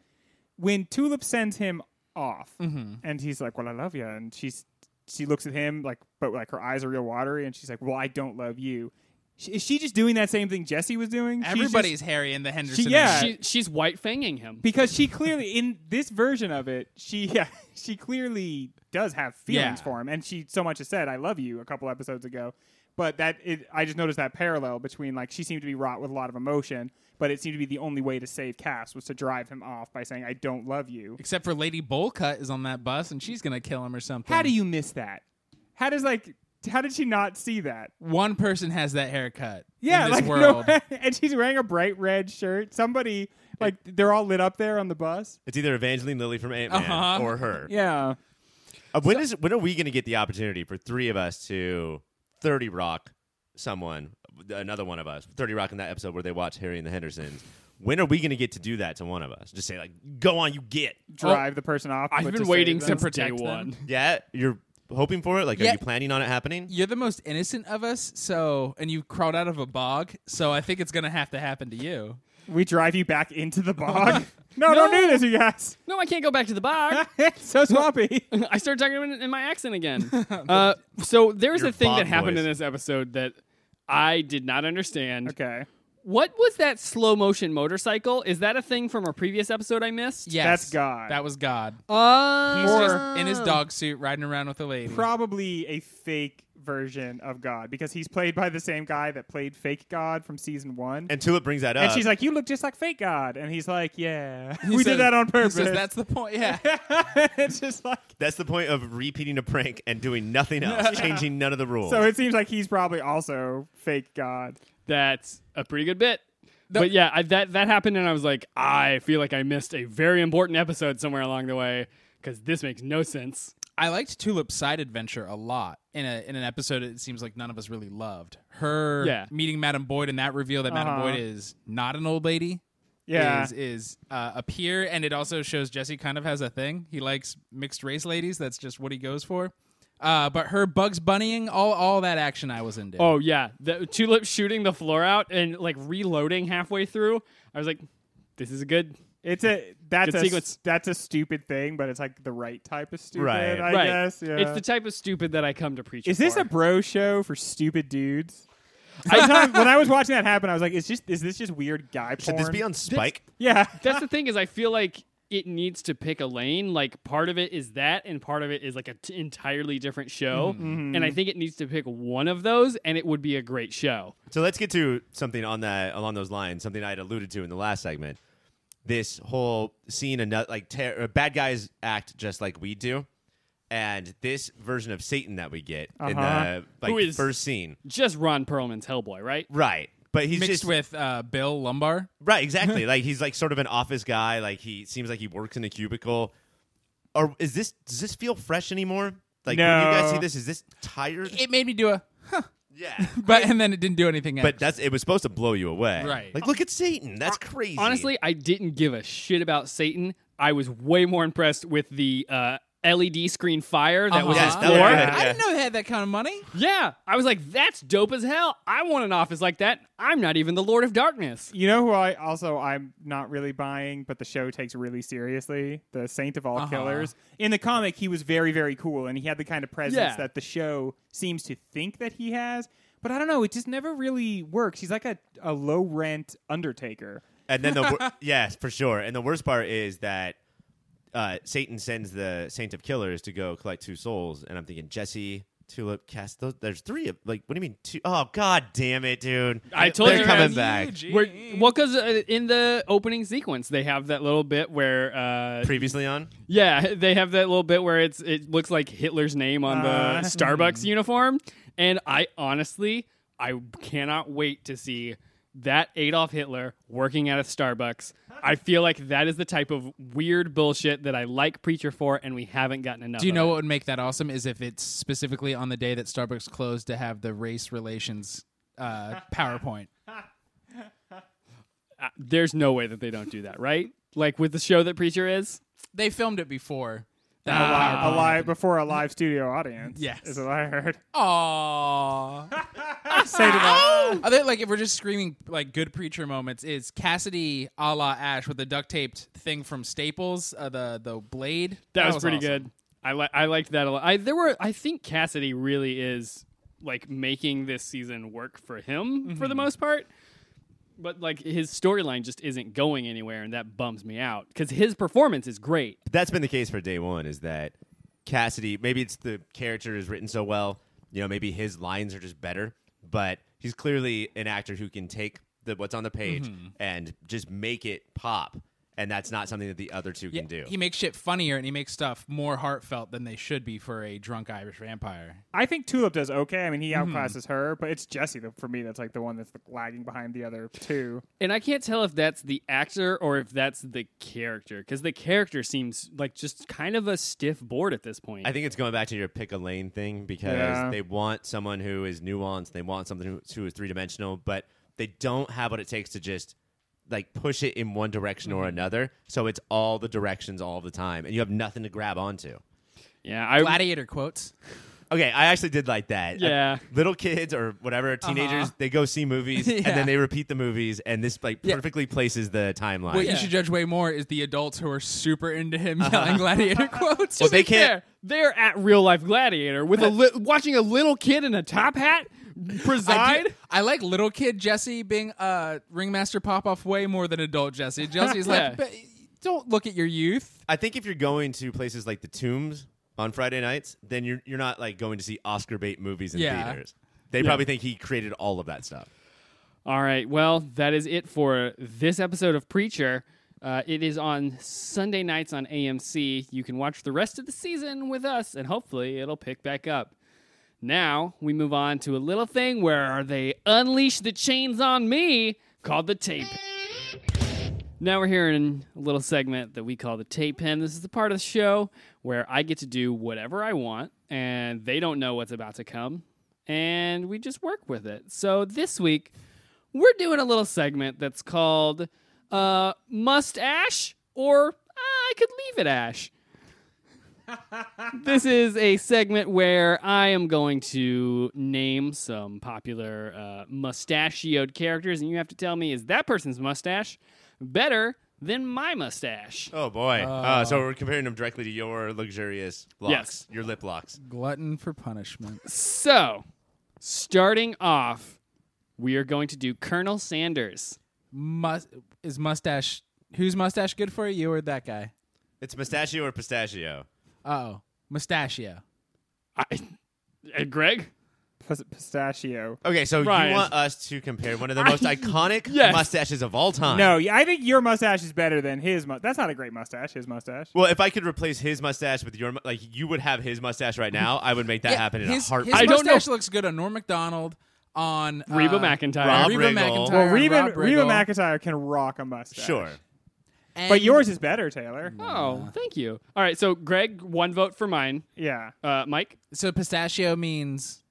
S3: When Tulip sends him off, and he's like, "Well, I love you," and she's she looks at him like, but like her eyes are real watery, and she's like, "Well, I don't love you." She, is she just doing that same thing Jesse was doing? She's just-
S4: Everybody's Harry and the Henderson.
S3: yeah.
S1: she, she's white fanging him
S3: because she clearly in this version of it, she yeah, she clearly does have feelings
S4: Yeah.
S3: for him, and she so much has said, "I love you" a couple episodes ago. But that it, I just noticed that parallel between like she seemed to be wrought with a lot of emotion, but it seemed to be the only way to save Cass was to drive him off by saying, "I don't love you."
S4: Except for Lady Bolcut is on that bus and she's gonna kill him or something.
S3: How do you miss that? How does like how did she not see that?
S4: one person has that haircut?
S3: Yeah,
S4: in this
S3: like
S4: world.
S3: no, and she's wearing a bright red shirt. Somebody like they're all lit up there on the bus.
S2: It's either Evangeline Lilly from Ant Man
S4: Uh-huh.
S2: or her.
S3: Yeah.
S2: Uh, when is when are we going to get the opportunity for three of us to thirty rock someone, another one of us, thirty rock in that episode where they watch Harry and the Hendersons? When are we going to get to do that to one of us? Just say like, "Go on, you get."
S3: Drive the person off.
S1: i've
S3: but
S1: been
S3: to
S1: waiting
S3: save them.
S1: since day
S4: protect them.
S1: one
S2: Yeah, you're hoping for it. Like, are
S4: Yeah.
S2: you planning on it happening?
S4: You're the most innocent of us, so and you crawled out of a bog, so I think it's gonna have to happen to you.
S3: We drive you back into the bog. no, don't do this, you guys.
S1: No, I can't go back to the bar.
S3: It's so swampy.
S1: I started talking in, in my accent again. Uh, so there's
S2: Your
S1: a thing
S2: Bob
S1: that happened in
S2: voice.
S1: this episode that I did not understand.
S3: okay.
S1: What was that slow motion motorcycle? Is that a thing from a previous episode I missed?
S4: Yes,
S3: That's God.
S4: That was God.
S1: Oh.
S4: He's just in his dog suit riding around with a lady.
S3: Probably a fake version of God because he's played by the same guy that played fake God from season one.
S2: And uh, Tulip brings that up.
S3: And she's like, "You look just like fake God," and he's like, "Yeah,
S4: He
S3: we
S4: says-
S3: did that on
S4: he
S3: purpose."
S4: says, That's the point. Yeah.
S3: it's just like
S2: "That's the point of repeating a prank and doing nothing else, changing none of the rules."
S3: so. It seems like he's probably also fake God.
S1: That's a pretty good bit. but yeah, I, that that happened, and I was like, I feel like I missed a very important episode somewhere along the way because this makes no sense.
S4: I liked Tulip's side adventure a lot in a in an episode it seems like none of us really loved. Her
S1: Yeah.
S4: meeting Madame Boyd and that reveal that Madame
S3: Uh-huh.
S4: Boyd is not an old lady.
S3: Yeah,
S4: Is is uh, a peer and it also shows Jesse kind of has a thing. He likes mixed race ladies, that's just what he goes for. Uh, but her bugs bunnying, all all that action I was into.
S1: Oh yeah, the tulip shooting the floor out and like reloading halfway through. I was like, this is a good.
S3: it's a that's
S1: Good
S3: a
S1: sequence.
S3: that's a stupid thing, but it's like the right type of stupid.
S2: Right.
S3: I
S1: right.
S3: guess. Yeah.
S1: It's the type of stupid that I come to preach.
S3: Is this
S1: for.
S3: a bro show for stupid dudes? Sometimes when I was watching that happen, I was like, "Is just is this just weird guy porn?"
S2: should this be on Spike?
S3: Yeah,
S1: That's the thing is, I feel like it needs to pick a lane. Like part of it is that, and part of it is like an entirely different show.
S3: Mm-hmm.
S1: And I think it needs to pick one of those, and it would be a great show.
S2: So let's get to something on that along those lines. Something I had alluded to in the last segment. This whole scene, another like ter- uh, bad guys act just like we do, and this version of Satan that we get in
S3: Uh-huh.
S2: the like
S1: Who is-
S2: first scene,
S1: Just Ron Perlman's Hellboy, right?
S2: right? But he's
S4: mixed
S2: just
S4: with uh, Bill Lumbar.
S2: right, exactly. like he's like sort of an office guy. Like he seems like he works in a cubicle. Or is this does this feel fresh anymore? Like when you guys
S3: No.
S2: see this, is this tired?
S4: It made me do a huh,
S2: yeah.
S4: but and then it didn't do anything.
S2: But
S4: else.
S2: that's it was supposed to blow you away,
S4: Right.
S2: Like, look at Satan. That's crazy.
S1: Honestly, I didn't give a shit about Satan. I was way more impressed with the uh, LED screen fire that was
S4: Uh-huh.
S1: his
S4: Yes,
S1: floor.
S4: that was
S2: good.
S4: I didn't know they had that kind of money.
S1: Yeah, I was like, that's dope as hell. I want an office like that. I'm not even the Lord of Darkness.
S3: You know who I also I'm not really buying, but the show takes really seriously. The Saint of All
S4: Uh-huh.
S3: Killers. In the comic, he was very very cool, and he had the kind of presence
S1: Yeah.
S3: that the show seems to think that he has. But I don't know; it just never really works. He's like a, a low rent Undertaker.
S2: And then the wor- yes, for sure. And the worst part is that uh, Satan sends the Saint of Killers to go collect two souls, and I'm thinking Jesse. Tulip cast those. There's three of like. What do you mean? Two? Oh god damn it, dude!
S1: I told
S2: They're
S1: you,
S2: coming
S1: man.
S2: back.
S1: We're, well, because uh, in the opening sequence, they have that little bit where, uh,
S2: Previously on,
S1: yeah, they have that little bit where it's it looks like Hitler's name on the
S4: Ah.
S3: Uh,
S4: Mm.
S1: Starbucks uniform, and I honestly, I cannot wait to see that Adolf Hitler working at a Starbucks. I feel like that is the type of weird bullshit that I like Preacher for, and we haven't gotten enough.
S4: Do you
S1: of
S4: know
S1: it.
S4: what would make that awesome is if it's specifically on the day that Starbucks closed to have the race relations uh, PowerPoint.
S1: There's no way that they don't do that, right? Like with the show that Preacher is.
S4: They filmed it before.
S2: Oh,
S3: A li- a live before a live studio audience.
S4: Yes.
S3: is what I heard.
S4: Aww.
S3: Saint of All.
S4: I think like if we're just screaming like good preacher moments, is Cassidy a la Ash with the duct taped thing from Staples, uh, the the blade.
S1: That, was, pretty
S4: awesome.
S1: good. I li- I liked that a lot. I there were I think Cassidy really is like making this season work for him for the most part. But like his storyline just isn't going anywhere and that bums me out cuz his performance is great.
S2: that's been the case for day one. Is that Cassidy? Maybe it's the character is written so well. You know, maybe his lines are just better. But he's clearly an actor who can take the what's on the page
S4: Mm-hmm.
S2: and just make it pop. And that's not something that the other two
S4: Yeah,
S2: can do.
S4: He makes shit funnier and he makes stuff more heartfelt than they should be for a drunk Irish vampire.
S3: I think Tulip does okay. I mean, he outclasses her, but it's Jesse that, for me that's like the one that's lagging behind the other two.
S1: And I can't tell if that's the actor or if that's the character cuz the character seems like just kind of a stiff board at this point.
S2: I think it's going back to your pick a lane thing because
S3: Yeah.
S2: they want someone who is nuanced. They want something who, who is three dimensional, but they don't have what it takes to just like push it in one direction
S4: Mm-hmm.
S2: or another. So it's all the directions all the time, and you have nothing to grab onto.
S1: yeah, I
S4: Gladiator quotes.
S2: Okay, I actually did like that.
S1: Yeah.
S2: Uh, little kids or whatever teenagers, they go see movies and
S4: Yeah.
S2: then they repeat the movies, and this like
S4: Yeah.
S2: perfectly places the timeline.
S4: What you should judge way more is the adults who are super into him yelling gladiator quotes.
S2: Well, Uh-huh. they can't.
S1: They're- They're at real life gladiator with a li- watching a little kid in a top hat
S4: I,
S1: preside.
S4: do- I like little kid Jesse being uh, ringmaster pop off way more than adult Jesse. Jesse's
S1: Yeah.
S4: like, "But don't look at your youth.
S2: I think if you're going to places like the Tombs on Friday nights, then you're you're not like going to see Oscar bait movies in
S4: Yeah.
S2: theaters. They probably think he created all of that stuff.
S1: All right. Well, that is it for this episode of Preacher. Uh, it is on Sunday nights on AMC. You can watch the rest of the season with us, and hopefully, it'll pick back up. Now we move on to a little thing where they unleash the chains on me called the tape. Now we're hearing a little segment that we call the tape pen. This is the part of the show where I get to do whatever I want and they don't know what's about to come and we just work with it. So this week we're doing a little segment that's called uh, Must Ash or I could leave it Ash this is a segment where I am going to name some popular uh, mustachioed characters, and you have to tell me is that person's mustache better than my mustache?
S2: Oh boy! Uh, so we're comparing them directly to your luxurious locks,
S1: Yes.
S2: your lip locks.
S4: Glutton for punishment.
S1: So, starting off, we are going to do Colonel Sanders.
S4: Must is mustache. Whose mustache good for you or that guy?
S2: It's mustachio or pistachio.
S4: Oh, mustachio.
S1: I, uh, Greg?
S3: Pis- Pistachio.
S2: Okay, so
S1: Ryan.
S2: you want us to compare one of the most iconic
S1: Yes.
S2: mustaches of all time?
S3: No, yeah, I think your mustache is better than his. Mu- That's not a great mustache. His mustache.
S2: Well, if I could replace his mustache with your, mu- like, you would have his mustache right now. I would make that
S4: Yeah,
S2: happen in
S4: his,
S2: a heartbeat.
S4: His
S1: I don't know.
S4: mustache looks good on Norm Macdonald, on uh,
S1: Reba McEntire.
S2: Rob
S4: Reba
S2: Riggle.
S4: McEntire.
S2: Well,
S4: and
S3: Reba,
S4: Rob
S3: Reba
S4: Riggle,
S3: McIntyre can rock a mustache.
S2: sure.
S4: and-
S3: But yours is better, Taylor.
S1: Oh, thank you. All right, so Greg, one vote for mine.
S3: Yeah.
S1: Uh, Mike,
S4: So pistachio means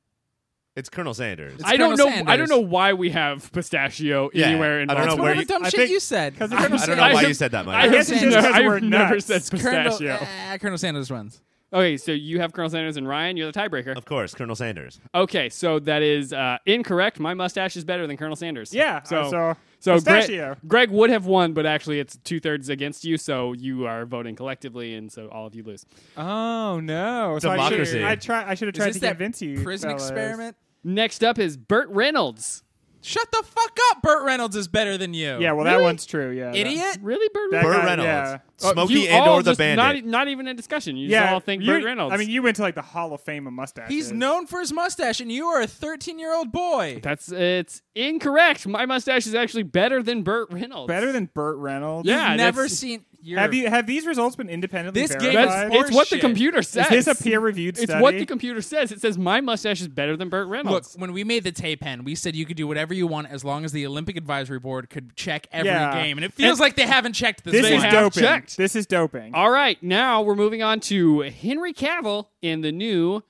S2: It's Colonel Sanders.
S4: It's
S1: I don't know.
S4: Colonel
S1: I don't
S4: Sanders.
S1: know why we have pistachio
S2: Yeah,
S1: anywhere in.
S2: I don't know
S4: That's
S1: Baltimore.
S2: where
S4: one
S2: you-
S4: of the dumb
S3: I
S4: shit
S3: think-
S4: you said.
S3: 'cause it's
S2: I don't know
S3: Colonel
S4: Colonel Sanders-
S2: why
S1: have-
S2: you said that, Mike.
S1: I have
S3: guess it's
S1: never,
S3: just 'cause
S1: I've
S3: we're
S1: never
S3: nuts.
S1: said
S4: Colonel,
S1: pistachio.
S4: uh, Colonel Sanders runs.
S1: Okay, so you have Colonel Sanders and Ryan. You're the tiebreaker.
S2: Of course, Colonel Sanders.
S1: Okay, so that is uh, incorrect. My mustache is better than Colonel Sanders.
S3: Yeah.
S1: So
S3: uh, so,
S1: so
S3: pistachio.
S1: Greg, Greg would have won, but actually it's two thirds against you. So you are voting collectively, and so all of you lose.
S3: Oh no! So
S2: Democracy.
S3: I should, I try. I should have tried
S4: is
S3: to
S4: this that
S3: convince you.
S4: prison
S3: fellas.
S4: experiment?
S1: Next up is Burt Reynolds.
S4: Shut the fuck up. Burt Reynolds is better than you.
S3: Yeah. Well, that
S1: Really?
S3: one's true. Yeah. that-
S4: idiot.
S1: Really, Burt
S3: That
S1: Reynolds?
S2: Burt
S3: guy,
S2: Reynolds,
S1: Uh,
S2: Smokey
S1: you
S2: and
S1: all
S2: or the
S1: just
S2: Bandit.
S1: Not, e, not even a discussion. You
S3: Yeah.
S1: just all think
S3: you-
S1: Burt Reynolds.
S3: I mean, you went to like the Hall of Fame of mustaches.
S4: He's known for his mustache, and you are a 13 year old boy.
S1: that's it's incorrect. My mustache is actually better than Burt Reynolds.
S3: better than Burt Reynolds.
S1: Yeah.
S4: I've never
S1: that's-
S4: seen. You're,
S3: Have you have these results been independently
S4: This game
S3: verified?
S1: That's,
S4: Horse
S1: it's what the
S4: shit.
S1: computer says.
S3: Is this a peer reviewed
S1: It's
S3: study?
S1: what the computer says. It says my mustache is better than Burt
S4: Look,
S1: Reynolds.
S4: when we made the tape end, we said you could do whatever you want as long as the Olympic Advisory Board could check every
S3: Yeah.
S4: game, and it feels like they haven't checked this.
S3: this
S1: they
S4: one.
S3: is
S1: have
S3: doping.
S1: checked.
S3: This is doping.
S1: All right, now we're moving on to Henry Cavill in the new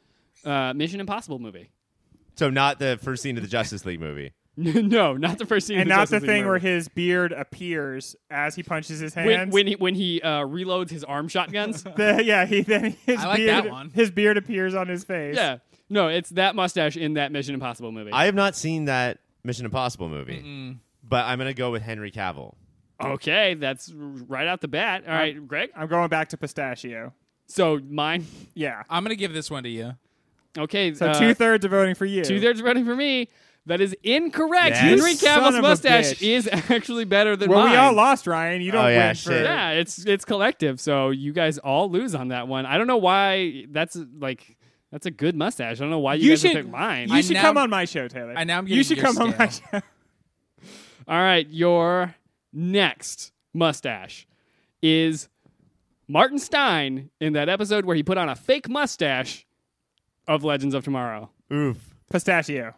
S1: uh, Mission Impossible movie. e-
S2: So not the first scene of the Justice League movie.
S1: no, not the first scene. of the
S3: and not the
S1: Justice League
S3: thing where
S1: movie.
S3: his beard appears as he punches his
S1: when,
S3: hands.
S1: when he when he uh, reloads his arm shotguns.
S3: The- yeah, he then his
S4: I like
S3: beard
S4: that one.
S3: his beard appears on his face.
S1: yeah, no, it's that mustache in that Mission Impossible movie.
S2: I have not seen that Mission Impossible movie, but I'm gonna go with Henry Cavill.
S1: okay, that's r- right out the bat. All right, Greg.
S3: I'm going back to pistachio.
S1: So mine.
S3: Yeah,
S4: I'm gonna give this one to you.
S1: Okay,
S3: so two thirds are voting for you.
S1: Two thirds voting for me. That is incorrect.
S2: Yes.
S1: Henry
S3: You son
S1: Cavill's
S3: of a
S1: mustache
S3: bitch.
S1: is actually better than
S3: Well,
S1: mine.
S3: we all lost, Ryan. You don't
S2: Oh, yeah,
S3: win for.
S2: shit.
S1: Yeah, it's it's collective. So you guys all lose on that one. I don't know why. That's like that's a good mustache. I don't know why you,
S3: You
S1: guys would
S3: should-
S1: pick mine.
S3: You
S4: I
S3: should
S4: now-
S3: come on my show, Taylor.
S4: I now I'm
S3: you
S4: getting
S3: should
S4: your
S3: come on my show.
S4: scale.
S1: all right, your next mustache is Martin Stein in that episode where he put on a fake mustache of Legends of Tomorrow.
S2: Oof.
S3: Pistachio.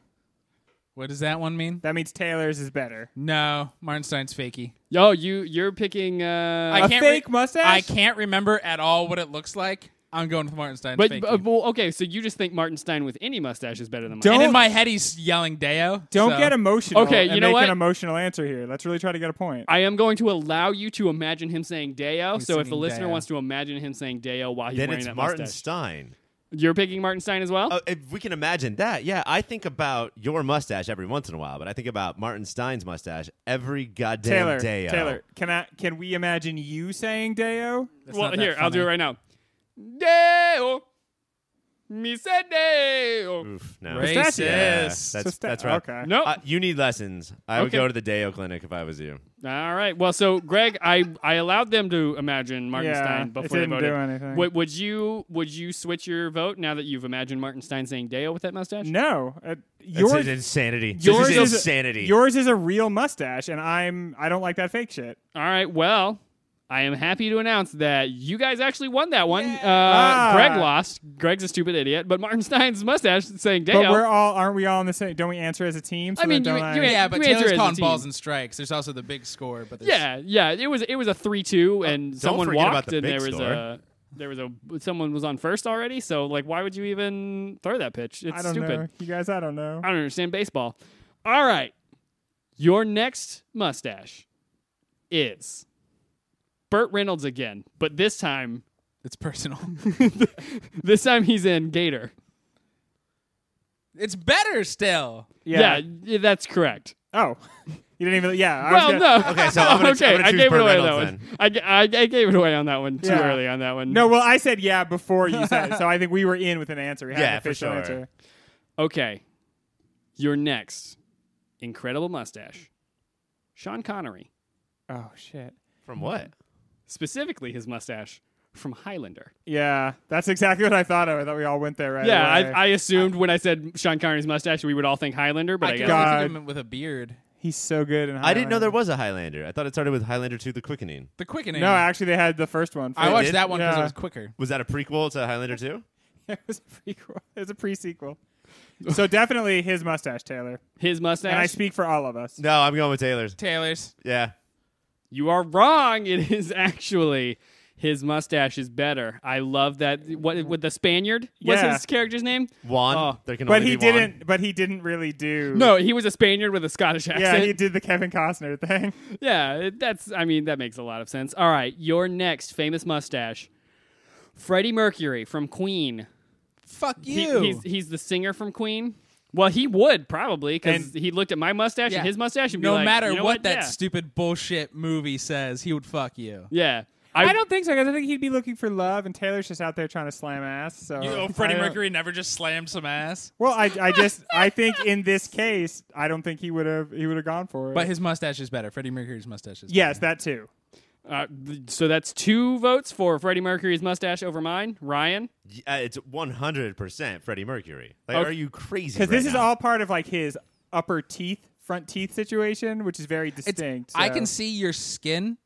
S4: What does that one mean?
S3: That means Taylor's is better.
S4: No, Martin Stein's fakey.
S1: Yo, you you're picking. Uh,
S4: I
S3: A
S4: can't
S3: fake mustache?
S4: I can't remember at all what it looks like. I'm going with Martin Stein's
S1: but,
S4: fakey.
S1: but well, okay, so you just think Martin Stein with any mustache is better than mine.
S3: Don't-
S4: and in my head, he's yelling "Deo."
S3: Don't
S4: so-
S3: get emotional.
S1: Okay,
S3: and
S1: you know
S3: make
S1: what?
S3: an emotional answer here. Let's really try to get a point.
S1: I am going to allow you to imagine him saying Deo. So if the
S4: singing
S1: listener
S4: Deo.
S1: wants to imagine him saying Deo while he's
S2: Then
S1: wearing
S2: it's
S1: that
S2: Martin
S1: mustache,
S2: Stein.
S1: you're picking Martin Stein as well.
S2: Oh, if we can imagine that, yeah, I think about your mustache every once in a while, but I think about Martin Stein's mustache every goddamn
S3: Taylor,
S2: day.
S3: Taylor, can I? Can we imagine you saying "Deo"?
S4: That's
S1: well,
S4: not that
S1: here I'll do it
S4: funny.
S1: right now. Deo, me said Deo.
S2: Oof, no.
S4: Racist.
S2: Yeah,
S3: So
S2: that's,
S3: sta-
S2: that's right.
S3: Okay.
S1: No.
S2: Uh, you need lessons. I would
S1: Okay.
S2: go to the Deo clinic if I was you.
S1: All right. Well, so Greg, I I allowed them to imagine Martin
S3: Yeah,
S1: Stein
S3: it
S1: before they
S3: didn't
S1: voted.
S3: do anything.
S1: Would, would you would you switch your vote now that you've imagined Martin Stein saying Deo with that mustache?
S3: No, uh,
S2: Yours,
S3: yours
S2: insanity.
S3: yours
S2: this is
S3: is-
S2: insanity.
S3: yours is a real mustache, and I'm I don't like that fake shit.
S1: All right. Well, I am happy to announce that you guys actually won that one. Uh,
S3: Ah.
S1: Greg lost. Greg's a stupid idiot, but Martin Stein's mustache is saying
S3: But we're
S1: Deo.
S3: all aren't we all in the same? Don't we answer as a team? So
S1: I mean,
S3: that
S1: you-
S3: don't
S1: you
S3: I,
S1: answer-
S4: Yeah, but
S1: You as
S4: Taylor's
S1: a
S4: calling
S1: team.
S4: balls and strikes. There's also the big score, but there's,
S1: Yeah, yeah. It was it was a
S3: Oh,
S1: three-two, and someone
S2: forget about
S1: walked,
S2: the
S1: and
S2: big
S1: there was
S2: score.
S1: a there was a someone was on first already. So like, why would you even throw that pitch? It's
S3: I don't
S1: stupid. Uh,
S3: know. You guys, I don't know.
S1: I don't understand baseball. All right, your next mustache is Burt Reynolds again, but this time
S4: it's personal.
S1: this time he's in Gator.
S4: it's better still.
S1: Yeah, y- that's correct.
S3: Oh, you didn't even. Yeah. I was
S1: Well,
S3: gonna-
S1: no.
S2: Okay, so I'm gonna- I'm
S1: okay,
S2: gonna
S1: I
S2: choose
S1: gave it
S2: Burt
S1: away on that
S2: Reynolds
S1: one. I, g- I- I gave it away on that one too
S3: Yeah.
S1: early on that one.
S3: No, well, I said yeah before you said it, so I think we were in with an answer. We had an
S2: Yeah, for
S3: official
S2: sure.
S3: answer.
S1: Okay, your next incredible mustache, Sean Connery,
S3: Oh shit!
S2: From what?
S1: specifically his mustache from Highlander.
S3: Yeah, that's exactly what I thought of. I thought we all went there right
S1: yeah,
S3: away.
S1: I, I assumed when I said Sean Connery's mustache, we would all think Highlander, but I,
S4: I
S1: guess
S4: can only
S3: God.
S4: think of him with a beard.
S3: He's so good. In
S2: I didn't know
S3: Highlander.
S2: there was a Highlander. I thought it started with Highlander 2 The Quickening.
S4: The quickening.
S3: No, actually, they had the first one.
S4: I watched
S2: did?
S4: that one because
S3: Yeah.
S4: it was quicker.
S2: Was that a prequel to Highlander 2?
S3: it was a prequel. It was a pre-sequel. so definitely his mustache, Taylor.
S1: his
S3: And I
S1: mustache.
S3: speak for all of us.
S2: No, I'm going with Taylor's.
S4: Taylor's.
S2: Yeah.
S1: you are wrong. It is actually his mustache is better. I love that. What with the Spaniard? What's
S3: Yeah.
S1: his character's name?
S2: Juan.
S1: Oh.
S2: there can
S3: But
S2: only
S3: he
S2: be one.
S3: didn't. But he didn't really do.
S1: No, he was a Spaniard with a Scottish accent.
S3: Yeah, he did the Kevin Costner thing.
S1: Yeah, it- that's. I mean, that makes a lot of sense. All right, your next famous mustache, Freddie Mercury from Queen.
S4: Fuck
S1: He-
S4: you.
S1: he's he's the singer from Queen. Well, he would probably because
S3: And-
S1: he looked at my mustache
S4: Yeah.
S1: and his mustache and be
S4: no
S1: like,
S4: matter
S1: you know
S4: what,
S1: what
S4: that
S1: yeah.
S4: stupid bullshit movie says, he would fuck you.
S1: yeah.
S3: I don't think so because I think he'd be looking for love, and Taylor's just out there trying to slam ass. So
S4: You know,
S3: Uh, I
S4: Freddie
S3: don't-
S4: Mercury never just slammed some ass.
S3: Well, I, I just I think in this case, I don't think he would have he would have gone for it.
S4: But his mustache is better. Freddie Mercury's mustache is
S3: yes, that too.
S1: Uh, th- so that's two votes for Freddie Mercury's mustache over mine. Ryan,
S2: Uh, it's 100% Freddie Mercury. Like,
S1: Okay.
S2: are you crazy? right
S3: Because this is
S2: now?
S3: all part of like his upper teeth, front teeth situation, which is very
S4: It's-
S3: distinct.
S4: I
S3: so-
S4: can see your skin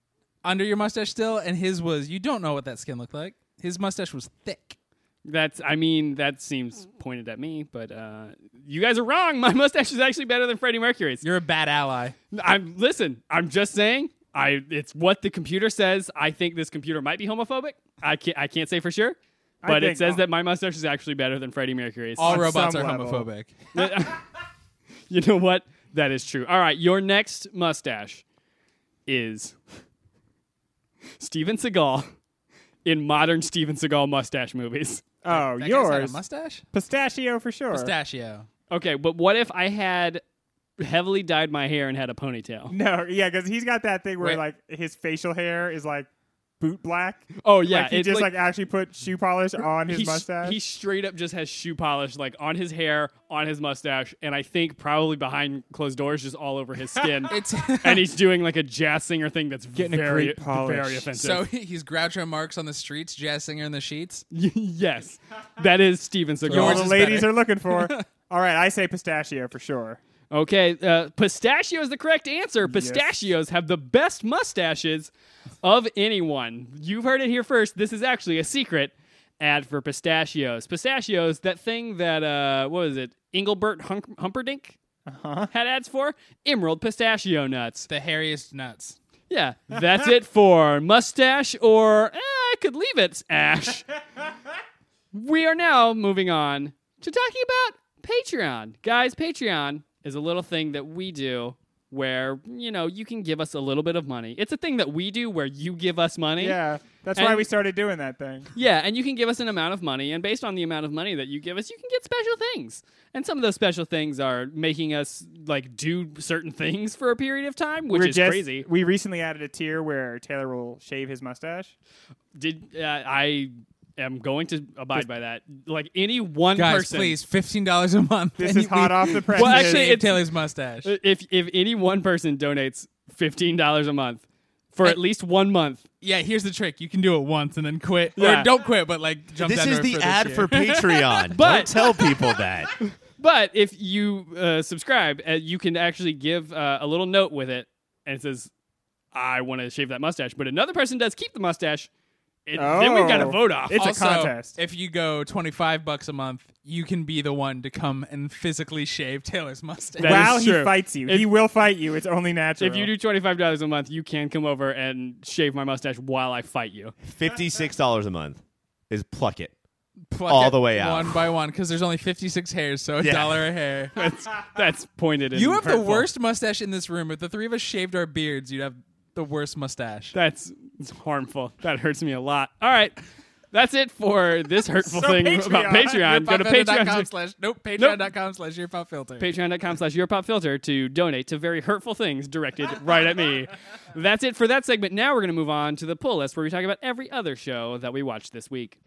S4: under your mustache still, and his was. You don't know what that skin looked like. His mustache was thick.
S1: that's. I mean, that seems pointed at me, but uh, you guys are wrong. My mustache is actually better than Freddie Mercury's.
S4: You're a bad ally.
S1: I'm listen. I'm just saying. I it's what the computer says. I think this computer might be homophobic. I can't. I can't say for sure, but
S3: think-
S1: it says that my mustache is actually better than Freddie Mercury's.
S4: All
S3: On
S4: robots are
S3: some level.
S4: homophobic.
S1: you know what? That is true. All right, your next mustache is Steven Seagal in modern Steven Seagal mustache movies.
S3: Oh,
S4: That guy's had a
S3: yours
S4: mustache?
S3: pistachio for sure.
S4: Pistachio.
S1: Okay, but what if I had heavily dyed my hair and had a ponytail?
S3: No, yeah, because he's got that thing where
S4: Wait.
S3: like his facial hair is like boot black.
S1: Oh yeah,
S3: like, he
S1: it's
S3: just like, actually put shoe polish on his
S1: he, s-
S3: mustache.
S1: he straight up just has shoe polish like on his hair, on his mustache, and I think probably behind closed doors, just all over his skin.
S4: It's
S1: and he's doing like a jazz singer thing that's
S3: Getting a
S1: very,
S3: great polish.
S1: very offensive.
S4: so he's Groucho Marx on the streets, jazz singer in the sheets.
S1: yes, that is Steven
S3: All
S4: Yours
S3: the
S1: Seagal.
S4: is
S3: ladies
S4: better.
S3: are looking for. All right, I say pistachio for sure.
S1: Okay, uh, pistachio is the correct answer. Pistachios have the best mustaches of anyone. You've heard it here first. This is actually a secret ad for pistachios. Pistachios, that thing that uh, what was it? Engelbert Hunk- Humperdinck had ads for emerald pistachio nuts.
S4: The hairiest nuts.
S1: Yeah, that's it for mustache or eh, I could leave it ash. we are now moving on to talking about Patreon. Guys, Patreon is a little thing that we do where, you know, you can give us a little bit of money. It's a thing that we do where you give us money.
S3: Yeah, that's why
S1: And-
S3: we started doing that thing.
S1: Yeah, and you can give us an amount of money, and based on the amount of money that you give us, you can get special things. And some of those special things are making us like do certain things for a period of time, which
S3: We're
S1: is
S3: just-
S1: crazy.
S3: We recently added a tier where Taylor will shave his mustache.
S1: Did uh, I am going to abide by that? Like any one
S4: Guys,
S1: person,
S4: please, fifteen dollars a month.
S3: This
S4: and
S3: is
S4: you-
S3: hot off the Uh, press.
S1: Well, actually,
S4: Shave
S1: it's-
S4: Taylor's mustache.
S1: uh, If if any one person donates fifteen dollars a month for at least one month,
S4: yeah, here's the trick: you can do it once and then quit,
S1: Yeah.
S4: or don't quit, but like jump.
S2: This
S4: down
S2: is
S4: to it
S2: the
S4: for
S2: ad
S4: year.
S2: for Patreon.
S1: But-
S2: Don't tell people that.
S1: but if you uh, subscribe, uh, you can actually give uh, a little note with it, and it says, "I want to shave that mustache," but another person does keep the mustache. It, Then we've got a
S3: Oh.
S1: vote off.
S3: It's- a
S4: also,
S3: contest.
S4: If you go twenty five bucks a month, you can be the one to come and physically shave Taylor's mustache.
S1: That
S3: While
S1: is
S3: he
S1: true.
S3: fights you,
S1: If-
S3: he will fight you. It's only natural.
S1: if you do twenty five dollars a month, you can come over and shave my mustache while I fight you.
S2: $56 a month is pluck it.
S4: Pluck
S2: all
S4: it
S2: the way out.
S4: one by one, because there's only fifty six hairs, so a
S2: Yeah.
S4: dollar a hair.
S1: That's that's pointed. and
S4: You have the
S1: hurtful.
S4: worst mustache in this room. If the three of us shaved our beards, you'd have the worst mustache.
S1: That's it's harmful. That hurts me a lot. All right. That's it for this hurtful
S3: So
S1: thing
S3: Patreon.
S1: about Patreon. Go to
S4: Patreon.com
S1: patreon.
S4: slash nope, patreon.com slash your pop filter.
S1: Patreon.com slash your pop filter to donate to very hurtful things directed right at me. That's it for that segment. Now we're going to move on to the pull list where we talk about every other show that we watched this week.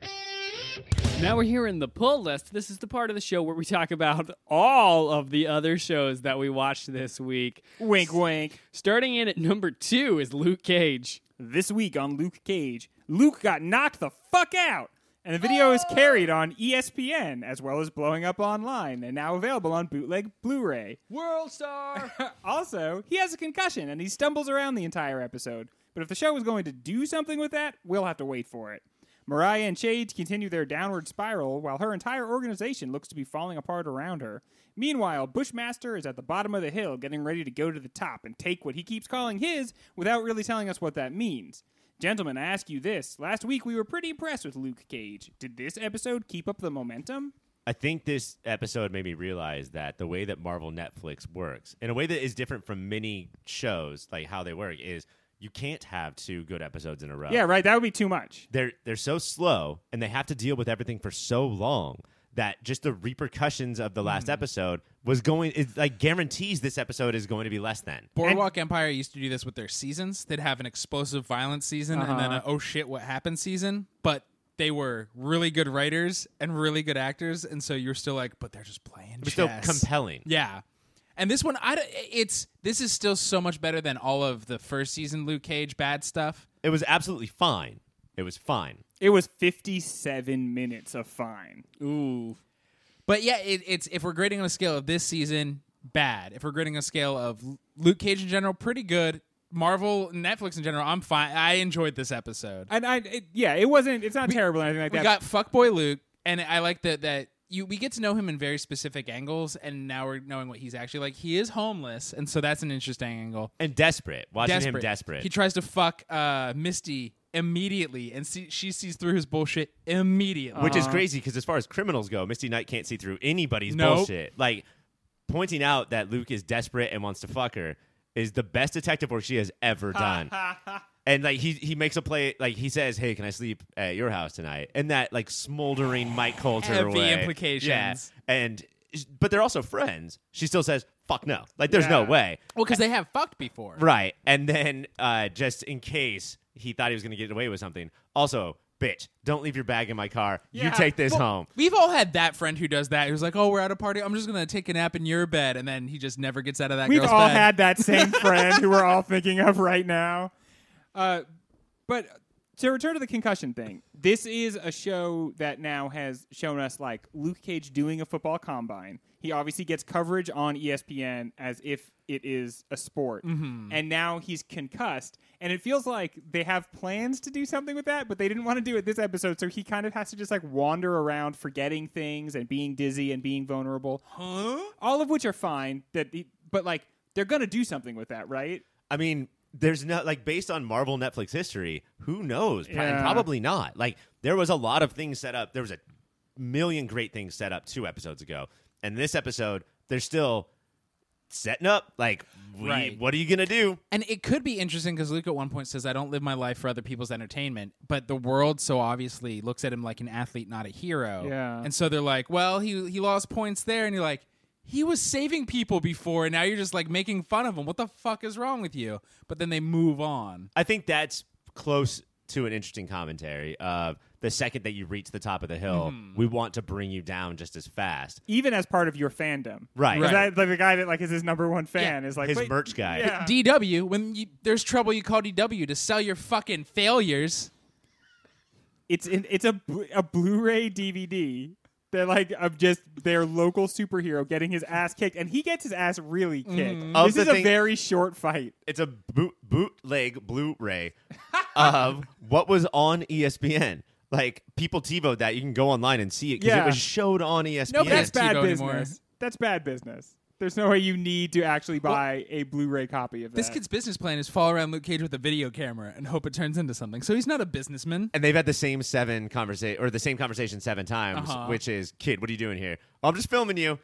S1: Now we're here in the pull list. This is the part of the show where we talk about all of the other shows that we watched this week.
S3: wink, wink.
S1: Starting in at number two is Luke Cage.
S3: This week on Luke Cage, Luke got knocked the fuck out. And the video is carried on E ESPN as well as blowing up online and now available on bootleg Blu ray.
S1: World star.
S3: Also, he has a concussion and he stumbles around the entire episode. But if the show was going to do something with that, we'll have to wait for it. Mariah and Shade continue their downward spiral while her entire organization looks to be falling apart around her. Meanwhile, Bushmaster is at the bottom of the hill getting ready to go to the top and take what he keeps calling his without really telling us what that means. Gentlemen, I ask you this. Last week we were pretty impressed with Luke Cage. Did this episode keep up the momentum?
S2: I think this episode made me realize that the way that Marvel Netflix works, in a way that is different from many shows, like how they work, is you can't have two good episodes in a row.
S3: Yeah, right. That would be too much.
S2: They're they're so slow and they have to deal with everything for so long that just the repercussions of the last episode was going it like guarantees this episode is going to be less than.
S4: Boardwalk Empire used to do this with their seasons. They'd have an explosive violence season and then a oh shit what happened season, but they were really good writers and really good actors, and so you're still like, but they're just playing
S2: It's still
S4: chess.
S2: compelling.
S4: Yeah. And this one, I, d- it's this is still so much better than all of the first season Luke Cage bad stuff.
S2: It was absolutely fine. It was fine.
S3: It was 57 minutes of fine.
S1: Ooh.
S4: But yeah, it, it's if we're grading on a scale of this season, bad. If we're grading on a scale of L- Luke Cage in general, pretty good. Marvel, Netflix in general, I'm fine. I enjoyed this episode.
S3: And I, it, yeah, it wasn't. It's not terrible or anything like
S4: we
S3: that.
S4: got fuckboy Luke, and I like that that you we get to know him in very specific angles, and now we're knowing what he's actually like. He is homeless, and so that's an interesting angle.
S2: And desperate. Watching him desperate.
S4: He tries to fuck uh, Misty immediately, and see, she sees through his bullshit immediately.
S2: Which is crazy because as far as criminals go, Misty Knight can't see through anybody's
S4: Nope.
S2: bullshit. Like pointing out that Luke is desperate and wants to fuck her is the best detective work she has ever done. and like he he makes a play like he says, "Hey, can I sleep at your house tonight?" And that like smoldering Mike Coulter
S4: Heavy
S2: way.
S4: implications.
S2: Yeah. And but they're also friends. She still says, "Fuck no." Like there's no
S3: Yeah.
S2: way.
S4: well, because they have fucked before.
S2: Right. And then uh, just in case he thought he was going to get away with something. Also, bitch, don't leave your bag in my car. You
S3: Yeah.
S2: take this
S4: Well,
S2: home.
S4: We've all had that friend who does that. Who's like, "Oh, we're at a party. I'm just gonna take a nap in your bed," and then he just never gets out of that.
S3: We've
S4: girl's
S3: all
S4: bed.
S3: had that same friend who we're all thinking of right now. Uh, but to return to the concussion thing, this is a show that now has shown us like Luke Cage doing a football combine. He obviously gets coverage on E ESPN as if it is a sport. And now he's concussed. And it feels like they have plans to do something with that, but they didn't want to do it this episode. So he kind of has to just like wander around forgetting things and being dizzy and being vulnerable all of which are fine. That he, but like they're gonna do something with that, right?
S2: I mean, there's no like based on Marvel Netflix history, who knows? Pro- and
S3: Yeah.
S2: Probably not. Like there was a lot of things set up. There was a million great things set up two episodes ago, and this episode they're still setting up. Like, we,
S4: Right.
S2: what are you gonna do?
S4: And it could be interesting because Luke at one point says, I don't live my life for other people's entertainment, but the world so obviously looks at him like an athlete, not a hero.
S3: Yeah.
S4: And so they're like, well, he, he lost points there. And you're like, he was saving people before, and now you're just like making fun of him. What the fuck is wrong with you? But then they move on.
S2: I think that's close to an interesting commentary of the second that you reach the top of the hill, we want to bring you down just as fast.
S3: Even as part of your fandom,
S2: Right.
S3: 'Cause
S4: Right.
S3: that- like the guy that like is his number one fan
S4: Yeah.
S3: is like
S2: His
S3: wait,
S2: merch guy.
S3: Yeah.
S4: DW, when you, there's trouble, you call DW to sell your fucking failures.
S3: It's in, it's a bl- a Blu-ray DVD. They're like of just their local superhero getting his ass kicked, and he gets his ass really kicked.
S4: Mm-hmm.
S2: Of
S3: This
S2: the
S3: is a
S2: thing-
S3: very short fight.
S2: it's a boot, bootleg Blu-ray of what was on E ESPN. Like people TiVoed that you can go online and see it because
S3: Yeah.
S2: it was showed on E ESPN.
S3: No, but that's
S4: Yeah,
S3: bad
S4: TiVo
S3: business.
S4: anymore.
S3: That's bad business. There's no way you need to actually buy a Blu-ray copy of that.
S4: This kid's business plan is follow around Luke Cage with a video camera and hope it turns into something. So he's not a businessman.
S2: and they've had the same seven conversation or the same conversation seven times,
S4: Uh-huh.
S2: which is, "Kid, what are you doing here? "Oh, I'm just filming you."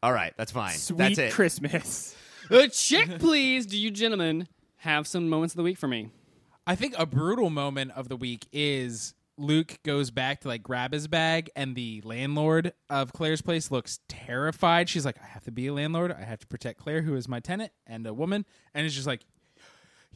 S2: All right, that's fine.
S3: Sweet
S2: that's it.
S3: Christmas.
S1: A chick, please. Do you gentlemen have some moments of the week for me?
S4: I think a brutal moment of the week is Luke goes back to like grab his bag, and the landlord of Claire's place looks terrified. She's like, "I have to be a landlord. I have to protect Claire, who is my tenant and a woman." And it's just like,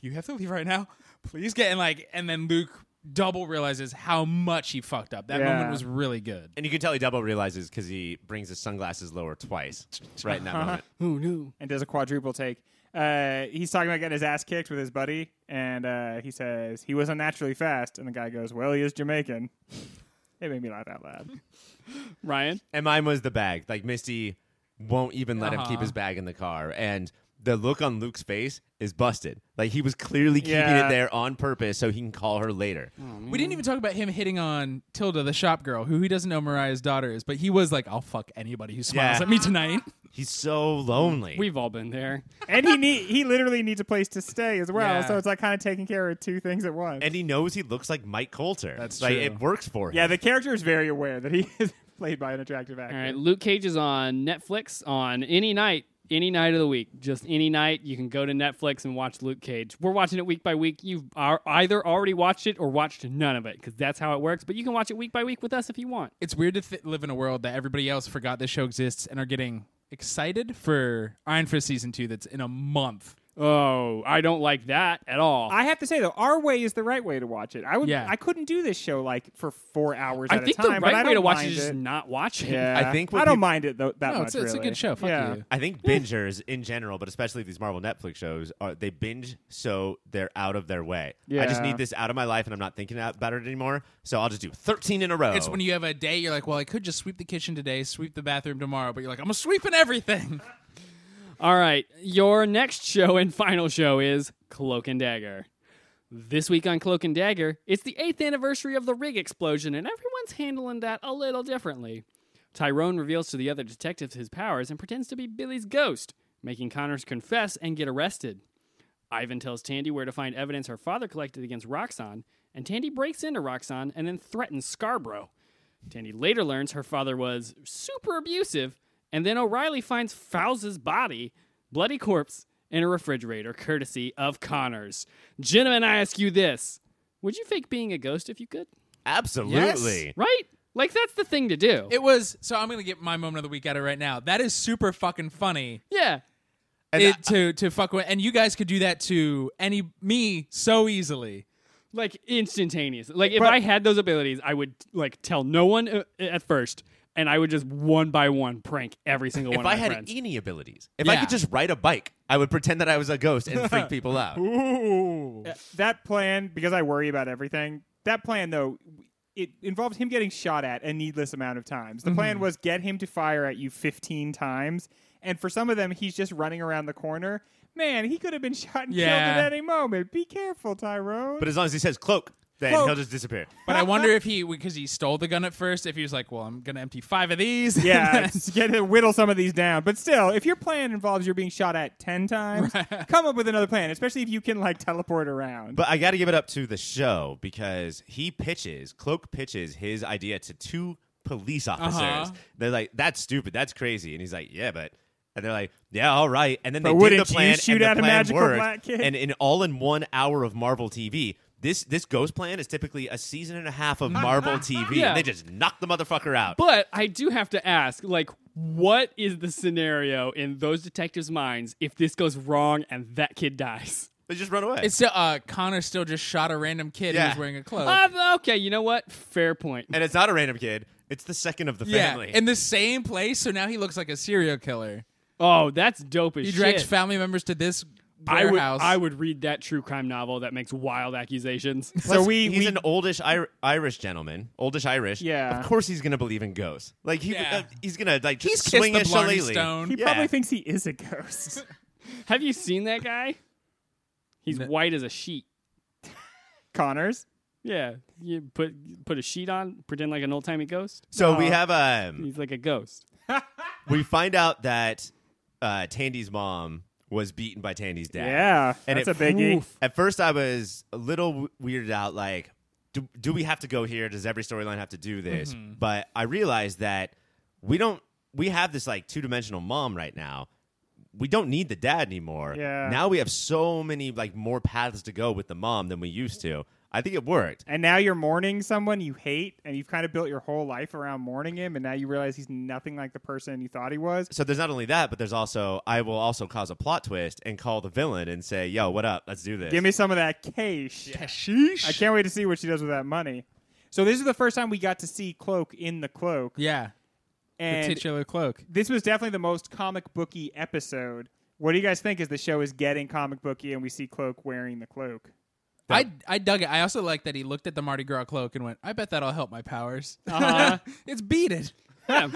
S4: "You have to leave right now, please get." And like, and then Luke double realizes how much he fucked up. That
S3: Yeah.
S4: moment was really good.
S2: And you can tell he double realizes
S3: Uh-huh.
S2: because he brings his sunglasses lower twice, right in that moment.
S1: Oh no.
S3: and does a quadruple take. uh, he's talking about getting his ass kicked with his buddy, and uh, he says he was unnaturally fast, and the guy goes, "Well, he is Jamaican." It made me laugh out loud.
S1: Ryan.
S2: And mine was the bag. Like Misty won't even let him keep
S4: Uh-huh.
S2: his bag in the car. And the look on Luke's face is busted. Like he was clearly keeping
S3: Yeah.
S2: it there on purpose so he can call her later.
S4: We didn't even talk about him hitting on Tilda, the shop girl, who he doesn't know Mariah's daughter is, but he was like, "I'll fuck anybody who smiles
S2: Yeah.
S4: at me tonight."
S2: He's so lonely.
S1: We've all been there.
S3: and he need, he literally needs a place to stay as well.
S4: Yeah.
S3: So it's like kind of taking care of two things at once.
S2: and he knows he looks like Mike Coulter.
S4: That's
S2: like
S4: true.
S2: it works for him.
S3: yeah, the character is very aware that he is played by an attractive actor.
S1: All right, Luke Cage is on Netflix on any night, any night of the week. Just any night, you can go to Netflix and watch Luke Cage. We're watching it week by week. You've are either already watched it or watched none of it because that's how it works. But you can watch it week by week with us if you want.
S4: It's weird to th- live in a world that everybody else forgot this show exists and are getting excited for Iron Fist season two. That's in a month.
S1: Oh, I don't like that at all.
S3: I have to say though, our way is the right way to watch it. I would,
S4: Yeah.
S3: I couldn't do this show like for four hours
S1: I
S3: at
S1: think
S3: a time.
S1: the
S3: but I
S1: right way
S3: don't
S1: to watch
S3: mind
S1: it is just not watch it.
S3: Yeah.
S2: I think what
S3: I don't
S2: peop-
S3: mind it though that
S4: no,
S3: much.
S4: it's, it's a
S3: really.
S4: good show. Fuck
S3: yeah.
S4: you.
S2: I think bingers in general, but especially these Marvel Netflix shows, are they binge so they're out of their way. I just
S3: Yeah.
S2: need this out of my life, and I'm not thinking about it anymore. So I'll just do 13 in a row.
S4: It's when you have a day you're like, well, I could just sweep the kitchen today, sweep the bathroom tomorrow, but you're like, I'm sweeping everything.
S1: All right, your next show and final show is Cloak and Dagger. This week on Cloak and Dagger, it's the eighth anniversary of the rig explosion, and everyone's handling that a little differently. Tyrone reveals to the other detectives his powers and pretends to be Billy's ghost, making Connors confess and get arrested. Ivan tells Tandy where to find evidence her father collected against Roxanne, and Tandy breaks into Roxanne and then threatens Scarborough. Tandy later learns her father was super abusive, and then O'Reilly finds Fouse's body, bloody corpse, in a refrigerator, courtesy of Connors. Gentlemen, I ask you this Would you fake being a ghost if you could?
S2: Absolutely.
S1: Right? Like, that's the thing to do.
S4: It was so I'm gonna get my moment of the week out of it right now. That is super fucking funny.
S1: yeah.
S2: And
S4: it, to to fuck with, and you guys could do that to any me so easily.
S1: Like, instantaneous. Like, if
S3: But-
S1: I had those abilities, I would, like, tell no one uh, at first, and I would just one by one prank every single
S2: If
S1: one
S2: I
S1: of my
S2: had
S1: friends.
S2: any abilities, if I
S4: Yeah.
S2: could just ride a bike, I would pretend that I was a ghost and freak people out.
S3: Ooh. That plan, because I worry about everything, that plan, though, it involves him getting shot at a needless amount of times. The
S2: Mm-hmm.
S3: plan was get him to fire at you 15 times. And for some of them, he's just running around the corner. Man, he could have been shot and
S4: Yeah.
S3: killed at any moment. Be careful, Tyrone.
S2: But as long as he says cloak, then
S3: Cloak.
S2: he'll just disappear.
S4: But I wonder if he because he stole the gun at first. If he was like, well, I'm gonna empty five of these.
S3: yeah,
S4: and then-
S3: just get to whittle some of these down. But still, if your plan involves you're being shot at 10 times, come up with another plan, especially if you can, like, teleport around.
S2: But I got to give it up to the show because he pitches, Cloak pitches his idea to two police officers.
S4: Uh-huh.
S2: They're like, that's stupid. That's crazy. And he's like, yeah, but. And they're like, yeah, all right. And then
S3: But
S2: they did
S3: wouldn't
S2: the
S3: you
S2: plan.
S3: shoot
S2: and the
S3: at a
S2: plan
S3: magical
S2: worked.
S3: black kid?
S2: And in all in one hour of Marvel TV, this this ghost plan is typically a season and a half of Marvel TV.
S1: Yeah.
S2: And they just knock the motherfucker out.
S1: But I do have to ask, like, what is the scenario in those detectives' minds if this goes wrong and that kid dies?
S2: they just run away.
S4: It's still, uh, Connor still just shot a random kid who
S2: Yeah.
S4: was wearing a cloak.
S1: Uh, okay, you know what? Fair point.
S2: and it's not a random kid. It's the second of the
S4: yeah,
S2: family.
S4: in the same place. So now he looks like a serial killer.
S1: Oh, that's dope as
S4: He
S1: shit.
S4: drags family members to this
S1: I would,
S4: warehouse.
S1: I would read that true crime novel that makes wild accusations.
S2: Plus,
S3: so we,
S2: he's
S3: we
S2: an oldish Ir- Irish gentleman, oldish Irish.
S3: Yeah.
S2: of course he's gonna believe in ghosts. Like he,
S4: Yeah.
S2: uh, he's gonna like just
S4: He's
S2: swing
S4: kissed
S2: a
S4: the Blarney
S2: shillelagh.
S4: Stone.
S3: He
S2: Yeah.
S3: probably thinks he is a ghost.
S1: Have you seen that guy? He's
S4: No.
S1: white as a sheet.
S3: Connors.
S1: Yeah, you put put a sheet on, pretend like an old timey ghost.
S2: So we have um,
S1: He's like a ghost.
S2: we find out that uh, Tandy's mom was beaten by Tandy's dad.
S3: Yeah,
S2: and
S3: that's
S2: it-
S3: a biggie.
S1: Oof.
S2: At first, I was a little w- weirded out. Like, do, do we have to go here? Does every storyline have to do this?
S3: Mm-hmm.
S2: But I realized that we don't. We have this like two dimensional mom right now. We don't need the dad anymore.
S3: Yeah.
S2: Now we have so many like more paths to go with the mom than we used to. I think it worked.
S3: And now you're mourning someone you hate, and you've kind of built your whole life around mourning him, and now you realize he's nothing like the person you thought he was.
S2: So there's not only that, but there's also I will also cause a plot twist and call the villain and say, "Yo, what up? Let's do this."
S3: Give me some of that cash.
S4: Sheesh.
S3: I can't wait to see what she does with that money. So this is the first time we got to see Cloak in the cloak,
S4: Yeah, the
S3: and
S4: titular cloak.
S3: this was definitely the most comic booky episode What do you guys think as the show is getting comic booky and we see Cloak wearing the cloak?
S4: I, I dug it. I also like that he looked at the Mardi Gras cloak and went, I bet that'll help my powers.
S1: Uh-huh.
S4: it's beaded.
S1: Yeah.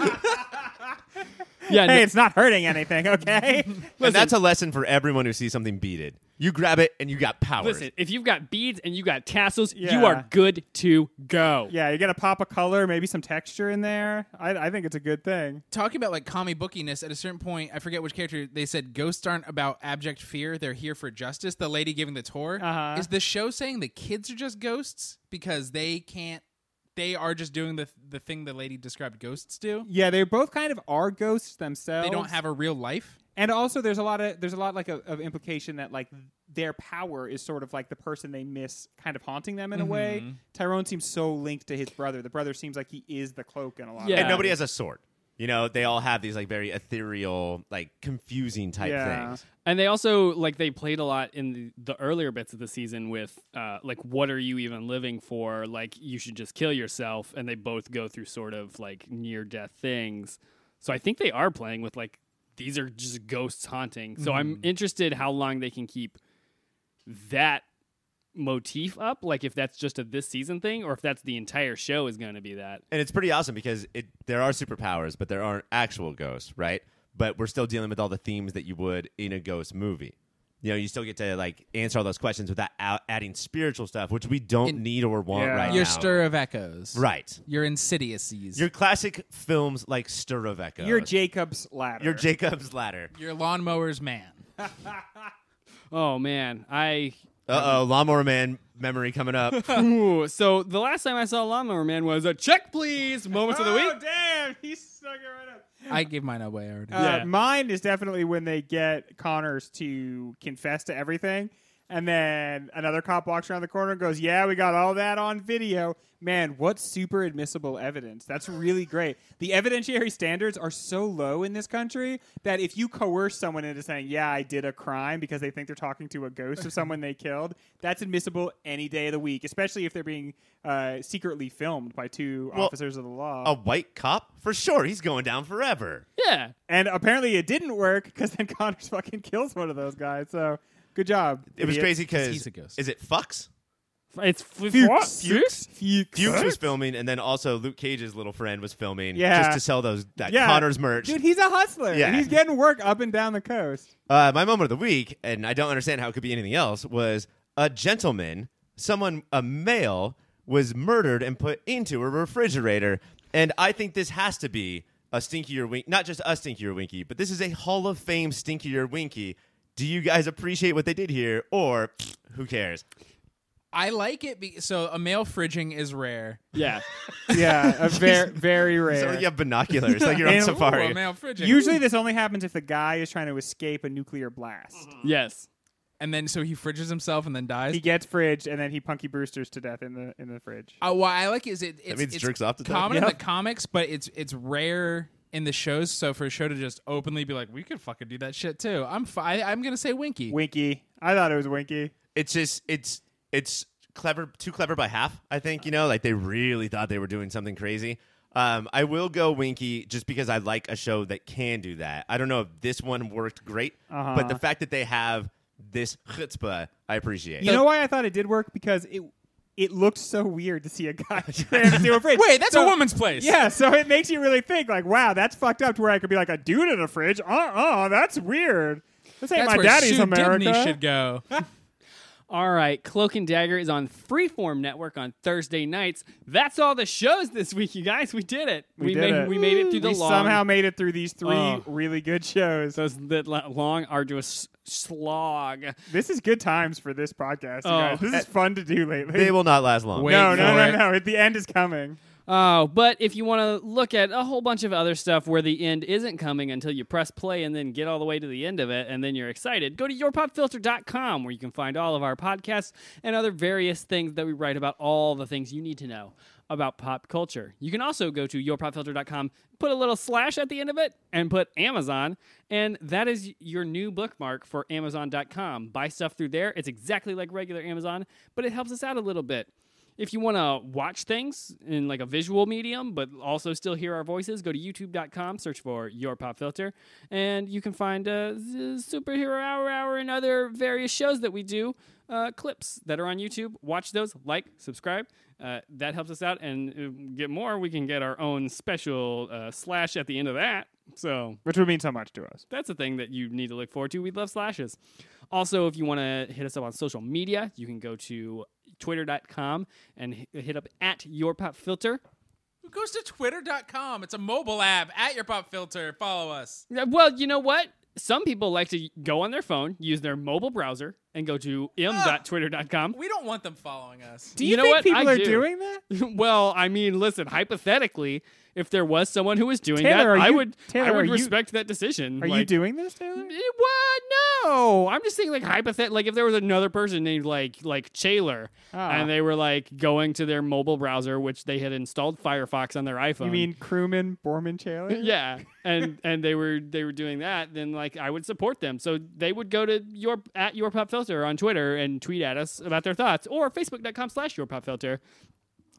S1: yeah
S3: Hey,
S1: no-
S3: it's not hurting anything, okay?
S2: and that's a lesson for everyone who sees something beaded. You grab it and you got powers.
S1: Listen, if you've got beads and you got tassels,
S3: Yeah.
S1: you are good to go.
S3: yeah, you got to pop a color, maybe some texture in there. I, I think it's a good thing.
S4: Talking about like comic bookiness, at a certain point, I forget which character they said ghosts aren't about abject fear; they're here for justice. The lady giving the tour
S3: Uh-huh.
S4: is the show saying the kids are just ghosts because they can't, they are just doing the the thing the lady described ghosts do.
S3: Yeah, they both kind of are ghosts themselves.
S4: They don't have a real life.
S3: and also there's a lot of there's a lot like of, of implication that like their power is sort of like the person they miss kind of haunting them in a way tyrone seems so linked to his brother the brother seems like he is the cloak in a lot
S1: Yeah.
S2: and
S3: of
S2: nobody has a sword. You know, they all have these like very ethereal, like confusing type
S3: Yeah.
S2: things.
S1: And they also like they played a lot in the, the earlier bits of the season with uh, like what are you even living for? Like you should just kill yourself. And they both go through sort of like near death things. So I think they are playing with like these are just ghosts haunting. So I'm
S3: Mm-hmm.
S1: interested how long they can keep that motif up. Like if that's just a this season thing or if that's the entire show is going to be that.
S2: And it's pretty awesome because it there are superpowers, but there aren't actual ghosts, right? But we're still dealing with all the themes that you would in a ghost movie. You know, you still get to like answer all those questions without out- adding spiritual stuff, which we don't
S4: In-
S2: need or want
S3: Yeah.
S2: right
S4: Your
S2: now.
S4: stir of echoes,
S2: right?
S4: Your insidiouses,
S2: Your classic films like Stir of Echoes.
S3: you're jacob's ladder
S2: Your Jacob's Ladder.
S4: your lawnmower's man.
S1: Oh man, I
S2: Uh oh, Lawnmower Man memory coming up.
S1: Ooh, so the last time I saw Lawnmower Man was a check please moments of the
S3: oh
S1: week.
S3: damn he snuck it right up
S4: I gave mine away already.
S3: Uh,
S1: Yeah.
S3: Mine is definitely when they get Connors to confess to everything. And then another cop walks around the corner and goes, Yeah, we got all that on video. Man, what super admissible evidence. That's really great. The evidentiary standards are so low in this country that if you coerce someone into saying, Yeah, I did a crime because they think they're talking to a ghost of someone they killed, that's admissible any day of the week, especially if they're being uh, secretly filmed by two
S2: Well,
S3: officers of the law.
S2: a white cop? For sure, he's going down forever.
S1: Yeah.
S3: And apparently it didn't work because then Connors fucking kills one of those guys. So good job.
S2: It was
S3: idiot.
S2: crazy because
S4: He's a ghost.
S2: Is it Fox?
S1: It's f-
S3: Fuchs.
S1: Fuchs?
S3: Fuchs.
S2: Fuchs was filming, and then also Luke Cage's little friend was filming
S3: Yeah.
S2: just to sell those that
S3: Yeah.
S2: Connors merch.
S3: Dude, he's a hustler.
S2: Yeah.
S3: He's getting work up and down the coast.
S2: Uh, my moment of the week, and I don't understand how it could be anything else, was a gentleman, someone, a male, was murdered and put into a refrigerator. And I think this has to be a stinkier winky, not just a stinkier winky, but this is a Hall of Fame stinkier winky. Do you guys appreciate what they did here, or who cares?
S4: I like it. Be- so a male fridging is rare.
S1: Yeah.
S3: Yeah, a ver- very
S2: So
S3: rare.
S2: you have binoculars, like you're on
S3: And-
S4: Ooh,
S2: safari.
S4: a male fridging.
S3: Usually this only happens if the guy is trying to escape a nuclear blast.
S1: Mm-hmm. yes.
S4: and then so he fridges himself and then dies.
S3: He gets fridged and then he punky brewsters to death in the in the fridge.
S4: Uh, what I like is it. It's,
S2: means
S4: it's
S2: jerks off to death.
S4: common in
S3: Yeah.
S4: the comics, but it's it's rare in the shows. So for a show to just openly be like, we could fucking do that shit too. I'm fi- I, I'm gonna say Winky.
S3: Winky. I thought it was Winky.
S2: it's just it's it's clever too clever by half i think you know like they really thought they were doing something crazy um, i will go winky just because i like a show that can do that i don't know if this one worked great but the fact that they have this chutzpah i appreciate
S3: You know why I thought it did work? Because it it looked so weird to see a guy trying to a fridge.
S4: Wait, that's a
S3: So-
S4: woman's place.
S3: Yeah, so it makes you really think, like, wow, that's fucked up to where I could be like a dude in a fridge. Uh uh that's weird. This ain't
S4: that's
S3: my
S4: where
S3: daddy's
S4: Sue
S3: America.
S4: Dibney should go.
S1: All right. Cloak and Dagger is on Freeform Network on Thursday nights. That's all the shows this week, you guys. We did it. We,
S3: did
S1: made
S3: it.
S1: we made it through the
S3: we
S1: long
S3: somehow made it through these three
S1: Oh.
S3: really good shows.
S1: those that la- long arduous slog.
S3: This is good times for this podcast, you
S1: Oh.
S3: guys. This is fun to do lately.
S2: they will not last long
S4: Wait.
S3: no,
S4: wait
S3: no,
S4: for
S3: no,
S4: it.
S3: no. At the end is coming.
S1: Oh, but if you want to look at a whole bunch of other stuff where the end isn't coming until you press play and then get all the way to the end of it and then you're excited, go to yourpopfilter.com where you can find all of our podcasts and other various things that we write about all the things you need to know about pop culture. You can also go to yourpopfilter.com, put a little slash at the end of it, and put Amazon. And that is your new bookmark for Amazon.com. Buy stuff through there. It's exactly like regular Amazon, but it helps us out a little bit. If you want to watch things in like a visual medium, but also still hear our voices, go to youtube.com, search for Your Pop Filter, and you can find uh, the Superhero Hour Hour and other various shows that we do, uh, clips that are on YouTube. Watch those, like, subscribe. Uh, that helps us out and uh, get more. We can get our own special uh, slash at the end of that. So
S3: which would mean so much to us.
S1: that's a thing that you need to look forward to. We love slashes. Also, if you want to hit us up on social media, you can go to twitter.com and hi- hit up at your pop filter.
S4: Who goes to twitter.com? It's a mobile app at your pop filter. Follow us.
S1: Yeah, Well, you know what? Some people like to go on their phone, use their mobile browser, and go to m.twitter.com.
S4: We don't want them following us.
S3: Do
S1: you know
S3: think
S1: what?
S3: people
S1: I
S3: are
S1: do.
S3: doing that?
S1: well, I mean, listen, hypothetically, if there was someone who was doing
S3: Taylor, are
S1: that, I
S3: you-
S1: would
S3: Taylor,
S1: I
S3: are
S1: would
S3: you-
S1: respect that decision.
S3: Are you
S1: Like,
S3: doing this, Taylor?
S1: Eh, What? No, I'm just saying like hypothetical. Like if there was another person named like like Chaler,
S3: Ah.
S1: and they were like going to their mobile browser, which they had installed Firefox on their iPhone.
S3: You mean crewman Borman Taylor?
S1: um, yeah, and and they were they were doing that. Then like I would support them, so they would go to your at your pop filter on Twitter and tweet at us about their thoughts or Facebook.com slash your pop filter.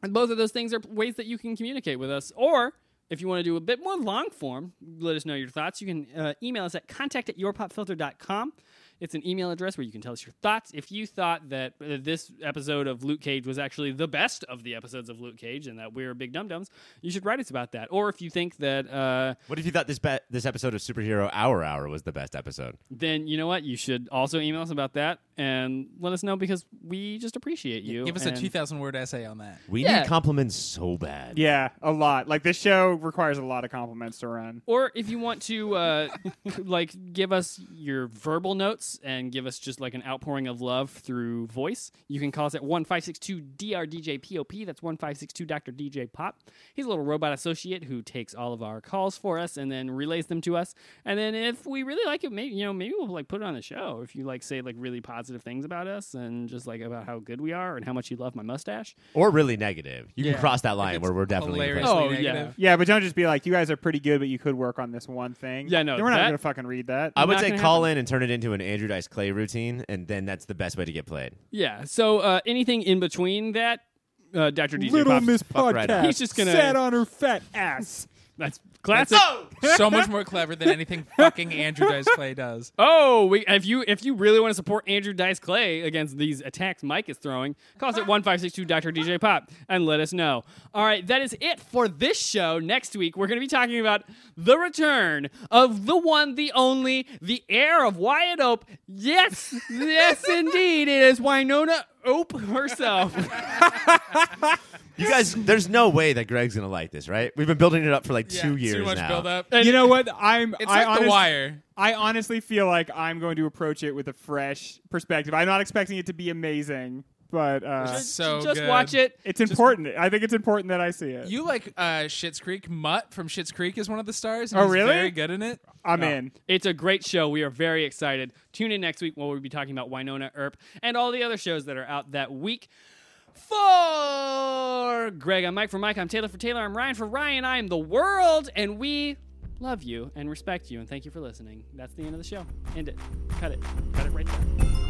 S1: And both of those things are ways that you can communicate with us. Or if you want to do a bit more long form, let us know your thoughts. You can uh, email us at contact at yourpopfilter.com. It's an email address where you can tell us your thoughts. If you thought that uh, this episode of Luke Cage was actually the best of the episodes of Luke Cage and that we're big dum dums, you should write us about that. Or if you think that, uh,
S2: What if you thought this be- this episode of Superhero Hour Hour was the best episode?
S1: then you know what? You should also email us about that and let us know because we just appreciate you.
S4: Give us a
S1: and-
S4: 2,000 word essay on that.
S2: We
S1: Yeah.
S2: need compliments so bad.
S3: Yeah, a lot. Like this show requires a lot of compliments to run.
S1: or if you want to uh, like give us your verbal notes and give us just like an outpouring of love through voice you can call us at 1562 drdjpop that's 1562 dr dj pop he's a little robot associate who takes all of our calls for us and then relays them to us and then if we really like it maybe you know maybe we'll like put it on the show if you like say like really positive things about us and just like about how good we are and how much you love my mustache
S2: Or really negative. You
S4: Yeah.
S2: can cross that line
S4: it's
S2: where we're definitely.
S4: hilariously
S2: impressed.
S1: Oh, yeah.
S4: negative.
S3: Yeah, but don't just be like, you guys are pretty good, but you could work on this one thing.
S1: Yeah, no,
S3: Then we're not
S1: that-
S3: gonna fucking read that.
S2: I would
S1: Not
S2: say
S1: gonna
S2: call in and turn it into an Andrew Dice Clay routine, and then that's the best way to get played.
S1: yeah so uh, anything in between that uh, dr dj Pop's-
S2: fuck right up.
S1: He's just gonna-
S3: sat on her fat ass.
S1: that's classic
S4: so much more clever than anything fucking Andrew Dice Clay does.
S1: Oh, we, if you if you really want to support Andrew Dice Clay against these attacks Mike is throwing, call us at one five six two Doctor DJ Pop and let us know. All right, that is it for this show. Next week we're going to be talking about the return of the one, the only, the heir of Wyatt Ope. Yes, yes, indeed, it is Winona Ope herself.
S2: You guys, there's no way that Greg's gonna like this, right? We've been building it up for like
S4: Yeah,
S2: two years
S4: Too much
S2: now.
S4: build up.
S3: You know what? I'm.
S4: It's
S3: I
S4: like
S3: honest-
S4: The Wire.
S3: I honestly feel like I'm going to approach it with a fresh perspective. I'm not expecting it to be amazing, but uh,
S4: Just- So
S1: just
S4: good.
S1: watch it.
S3: it's important. I think it's important that I see it.
S4: You like uh, Shit's Creek? Mutt from Shit's Creek is one of the stars. and
S3: Oh,
S4: he's
S3: really?
S4: Very good in it.
S3: I'm in.
S1: It's a great show. We are very excited. Tune in next week where we'll be talking about Winona Earp and all the other shows that are out that week. For Greg, I'm Mike for Mike. I'm Taylor for Taylor. I'm Ryan for Ryan. I am the world, and we love you and respect you. And thank you for listening. That's the end of the show. End it. Cut it. Cut it right there.